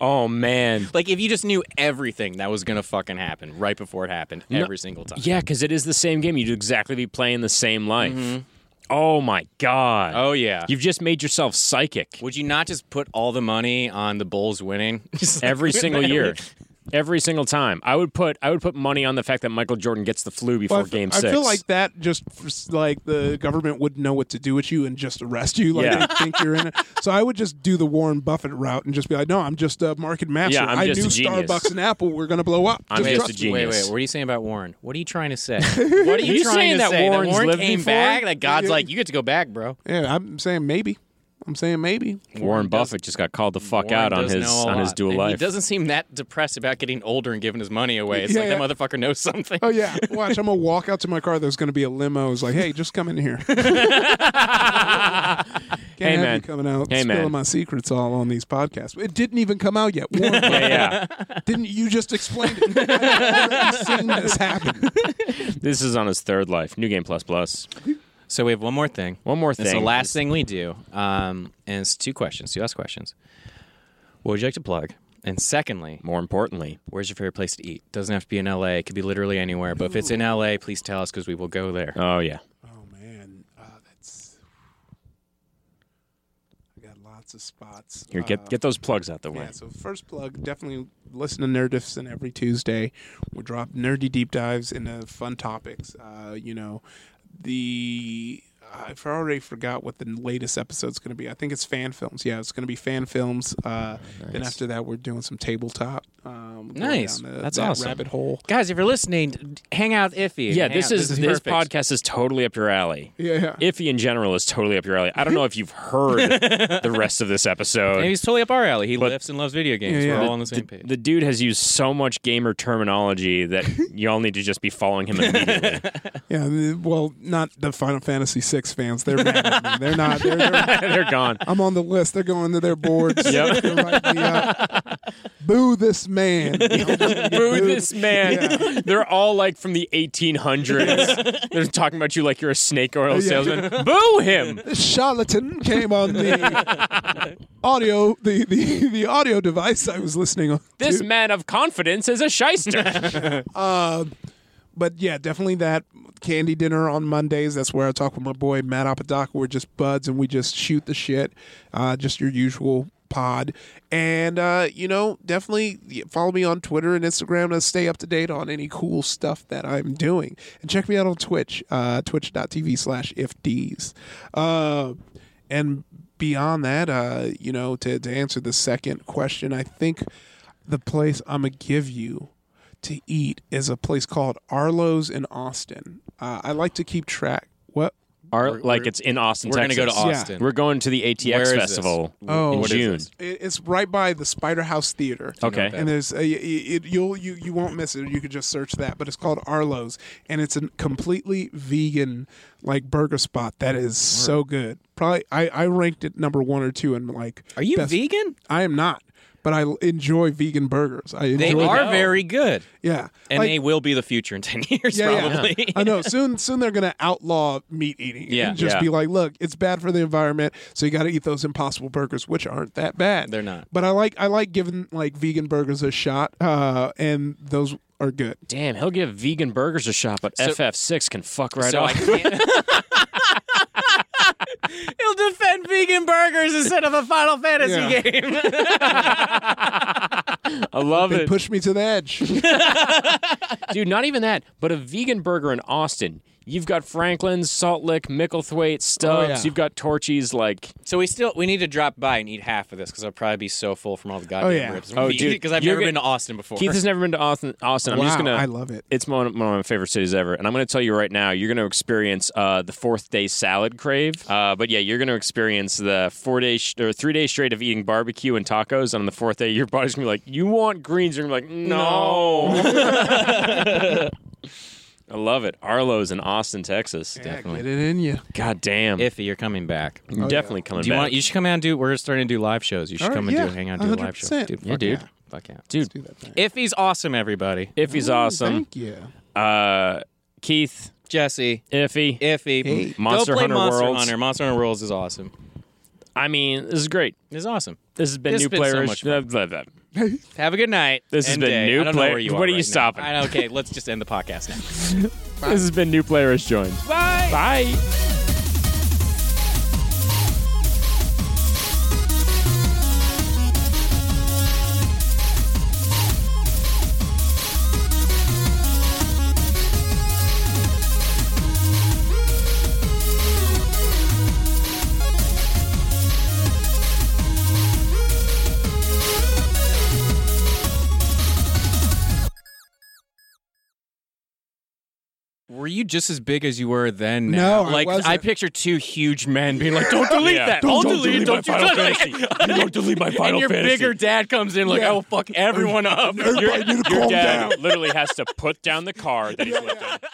Oh man. like if you just knew everything that was gonna fucking happen right before it happened, every single time. Yeah, because it is the same game. You'd exactly be playing the same life. Mm-hmm. Oh my god. Oh yeah. You've just made yourself psychic would you not just put all the money on the Bulls winning Just like- every single year. Every single time, I would put I would put money on the fact that Michael Jordan gets the flu before Well, I f- Game I Six. feel like that just f- like the government wouldn't know what to do with you and just arrest you. Like Yeah. they think you're in it. So I would just do the Warren Buffett route and just be like, no, I'm just a market master. Yeah, I'm I just knew a genius." Starbucks and Apple were going to blow up. I'm Just just trust a me. genius. Wait, wait. What are you saying about Warren? What are you trying to say? What are you, you trying saying to that say? Warren's that Warren lived came before? back. That God's like, you get to go back, bro. Yeah, I'm saying maybe. I'm saying maybe. Warren Buffett just got called the fuck Warren out on does his know a on his lot, dual and He life. doesn't seem that depressed about getting older and giving his money away. It's Yeah, like yeah. that motherfucker knows something. Oh yeah, watch. I'm gonna walk out to my car. There's gonna be a limo. It's like, hey, just come in here. Can't Hey, have man. you coming out Hey, man. spilling my secrets all on these podcasts. It didn't even come out yet. Warren Buffett. yeah, Didn't you just explain it? I've already seen this happen. this is on his third life. New Game Plus Plus. So we have one more thing. One more It's thing. the last thing we do, um, and it's two questions, two last questions. What would you like to plug? And secondly, More importantly, where's your favorite place to eat? Doesn't have to be in LA. It could be literally anywhere. But if it's in LA, please tell us because we will go there. oh yeah, Oh man, uh, that's. I got lots of spots. here Uh, get get those plugs out the way. yeah, so first plug, definitely listen to Nerdifson every Tuesday. We drop nerdy deep dives into fun topics. Uh, you know, the I've already forgot what the latest episode's going to be. I think it's fan films. Yeah, it's going to be fan films. Uh, Then after that, we're doing some tabletop. Um, going Nice. down That's that awesome. Rabbit hole. Guys, if you're listening, hang out with Iffy. Yeah, Hang this out. is this perfect. podcast is totally up your alley. Yeah, yeah. Iffy in general is totally up your alley. I don't know if you've heard the rest of this episode. And he's totally up our alley. He lifts and loves video games. Yeah, yeah. We're all on the same page. the dude has used so much gamer terminology that y'all need to just be following him immediately. Yeah, th- well, not the Final Fantasy VI fans. They're mad at me. They're not. They're, they're, They're gone. I'm on the list. They're going to their boards. Yep. They're writing me up. Boo this man. Boo this man. They're all like from the 1800s. They're talking about you like you're a snake oil salesman. Boo him. This charlatan came on the audio, the, the, the audio device I was listening on. This to. man of confidence is a shyster. but yeah, definitely that candy dinner on Mondays. That's where I talk with my boy Matt Apodaca. We're just buds and we just shoot the shit. Uh, just your usual pod. And uh, you know, definitely follow me on Twitter and Instagram to stay up to date on any cool stuff that I'm doing. And check me out on Twitch, uh, twitch.tv slash ifds. Uh, and beyond that, uh, you know, to, to answer the second question, I think the place I'm gonna give you to eat is a place called Arlo's in Austin. Uh, I like to keep track. What? Are like it's in Austin, We're going to go to Texas. Yeah. Austin. We're going to the ATX Where is this? festival Oh. in What is June. this? It, it's right by the Spider House Theater. Okay. And there's a, it, you'll you you won't miss it. You could just search that, but it's called Arlo's, and it's a completely vegan like burger spot that is so good. Probably I, I ranked it number one or two in like. Are you best- vegan? I am not, but I enjoy vegan burgers. I They enjoy are go. very good. yeah, And Like- they will be the future in 10 years, probably. I know. Soon, soon they're gonna outlaw meat eating. Yeah. and just Yeah. be like, look, it's bad for the environment, so you got to eat those Impossible burgers, which aren't that bad. They're not. But I like, I like giving like vegan burgers a shot, uh, and those are good. Damn, he'll give vegan burgers a shot, but FF6 can fuck right so off. I can't. He'll defend vegan burgers instead of a Final Fantasy Yeah. game. I love They it. push me to the edge. Dude, not even that, but a vegan burger in Austin. You've got Franklin's, Salt Lick, Micklethwaite, Oh, Stubbs. yeah. You've got Torchies. Like, So we still we need to drop by and eat half of this because I'll probably be so full from all the goddamn yeah. ribs. Oh, dude, because I've you're never gonna- been to Austin before. Keith has never been to Austin. Austin. I'm wow, just gonna. I love it. it's one, one of my favorite cities ever, and I'm going to tell you right now, you're going to experience uh, the fourth day salad crave. Uh, but yeah, you're going to experience the four day sh- or three days straight of eating barbecue and tacos, and on the fourth day, your body's going to be like, "You want greens?" You're going to be like, "No." I love it. Arlo's in Austin, Texas. Get Definitely. it in you. God damn. Iffy, you're coming back. Oh, I'm definitely coming Do you back. want? You should come out and do. We're starting to do live shows. You should All right, come and yeah, do hang out and do a live show. 100%. Dude, Yeah, fuck dude. fuck yeah, Dude, Do that thing. Iffy's awesome, everybody. Iffy's awesome. Thank you. Uh, Keith, Jesse, Iffy. Iffy, Hey. Monster go play Hunter Monster Worlds. Hunter. Monster Hunter Worlds is awesome. I mean, this is great. It's awesome. This has been This has new been so players. much fun. blah, blah, blah. Have a good night. This has and been day. new I don't know play- where you are What are you right now. stopping? I know, okay, let's just end the podcast now. This has been new players joined. Bye. Bye. Were you just as big as you were then? No, now? I like wasn't. picture two huge men being like, "Don't delete Yeah. that! Don't- I'll don't delete, it. delete Don't my you Final delete it." You don't delete my Final and your Fantasy. bigger dad comes in like, Yeah. "I will fuck everyone up." Everybody need to calm Your dad down. literally has to put down the car that he's lifting.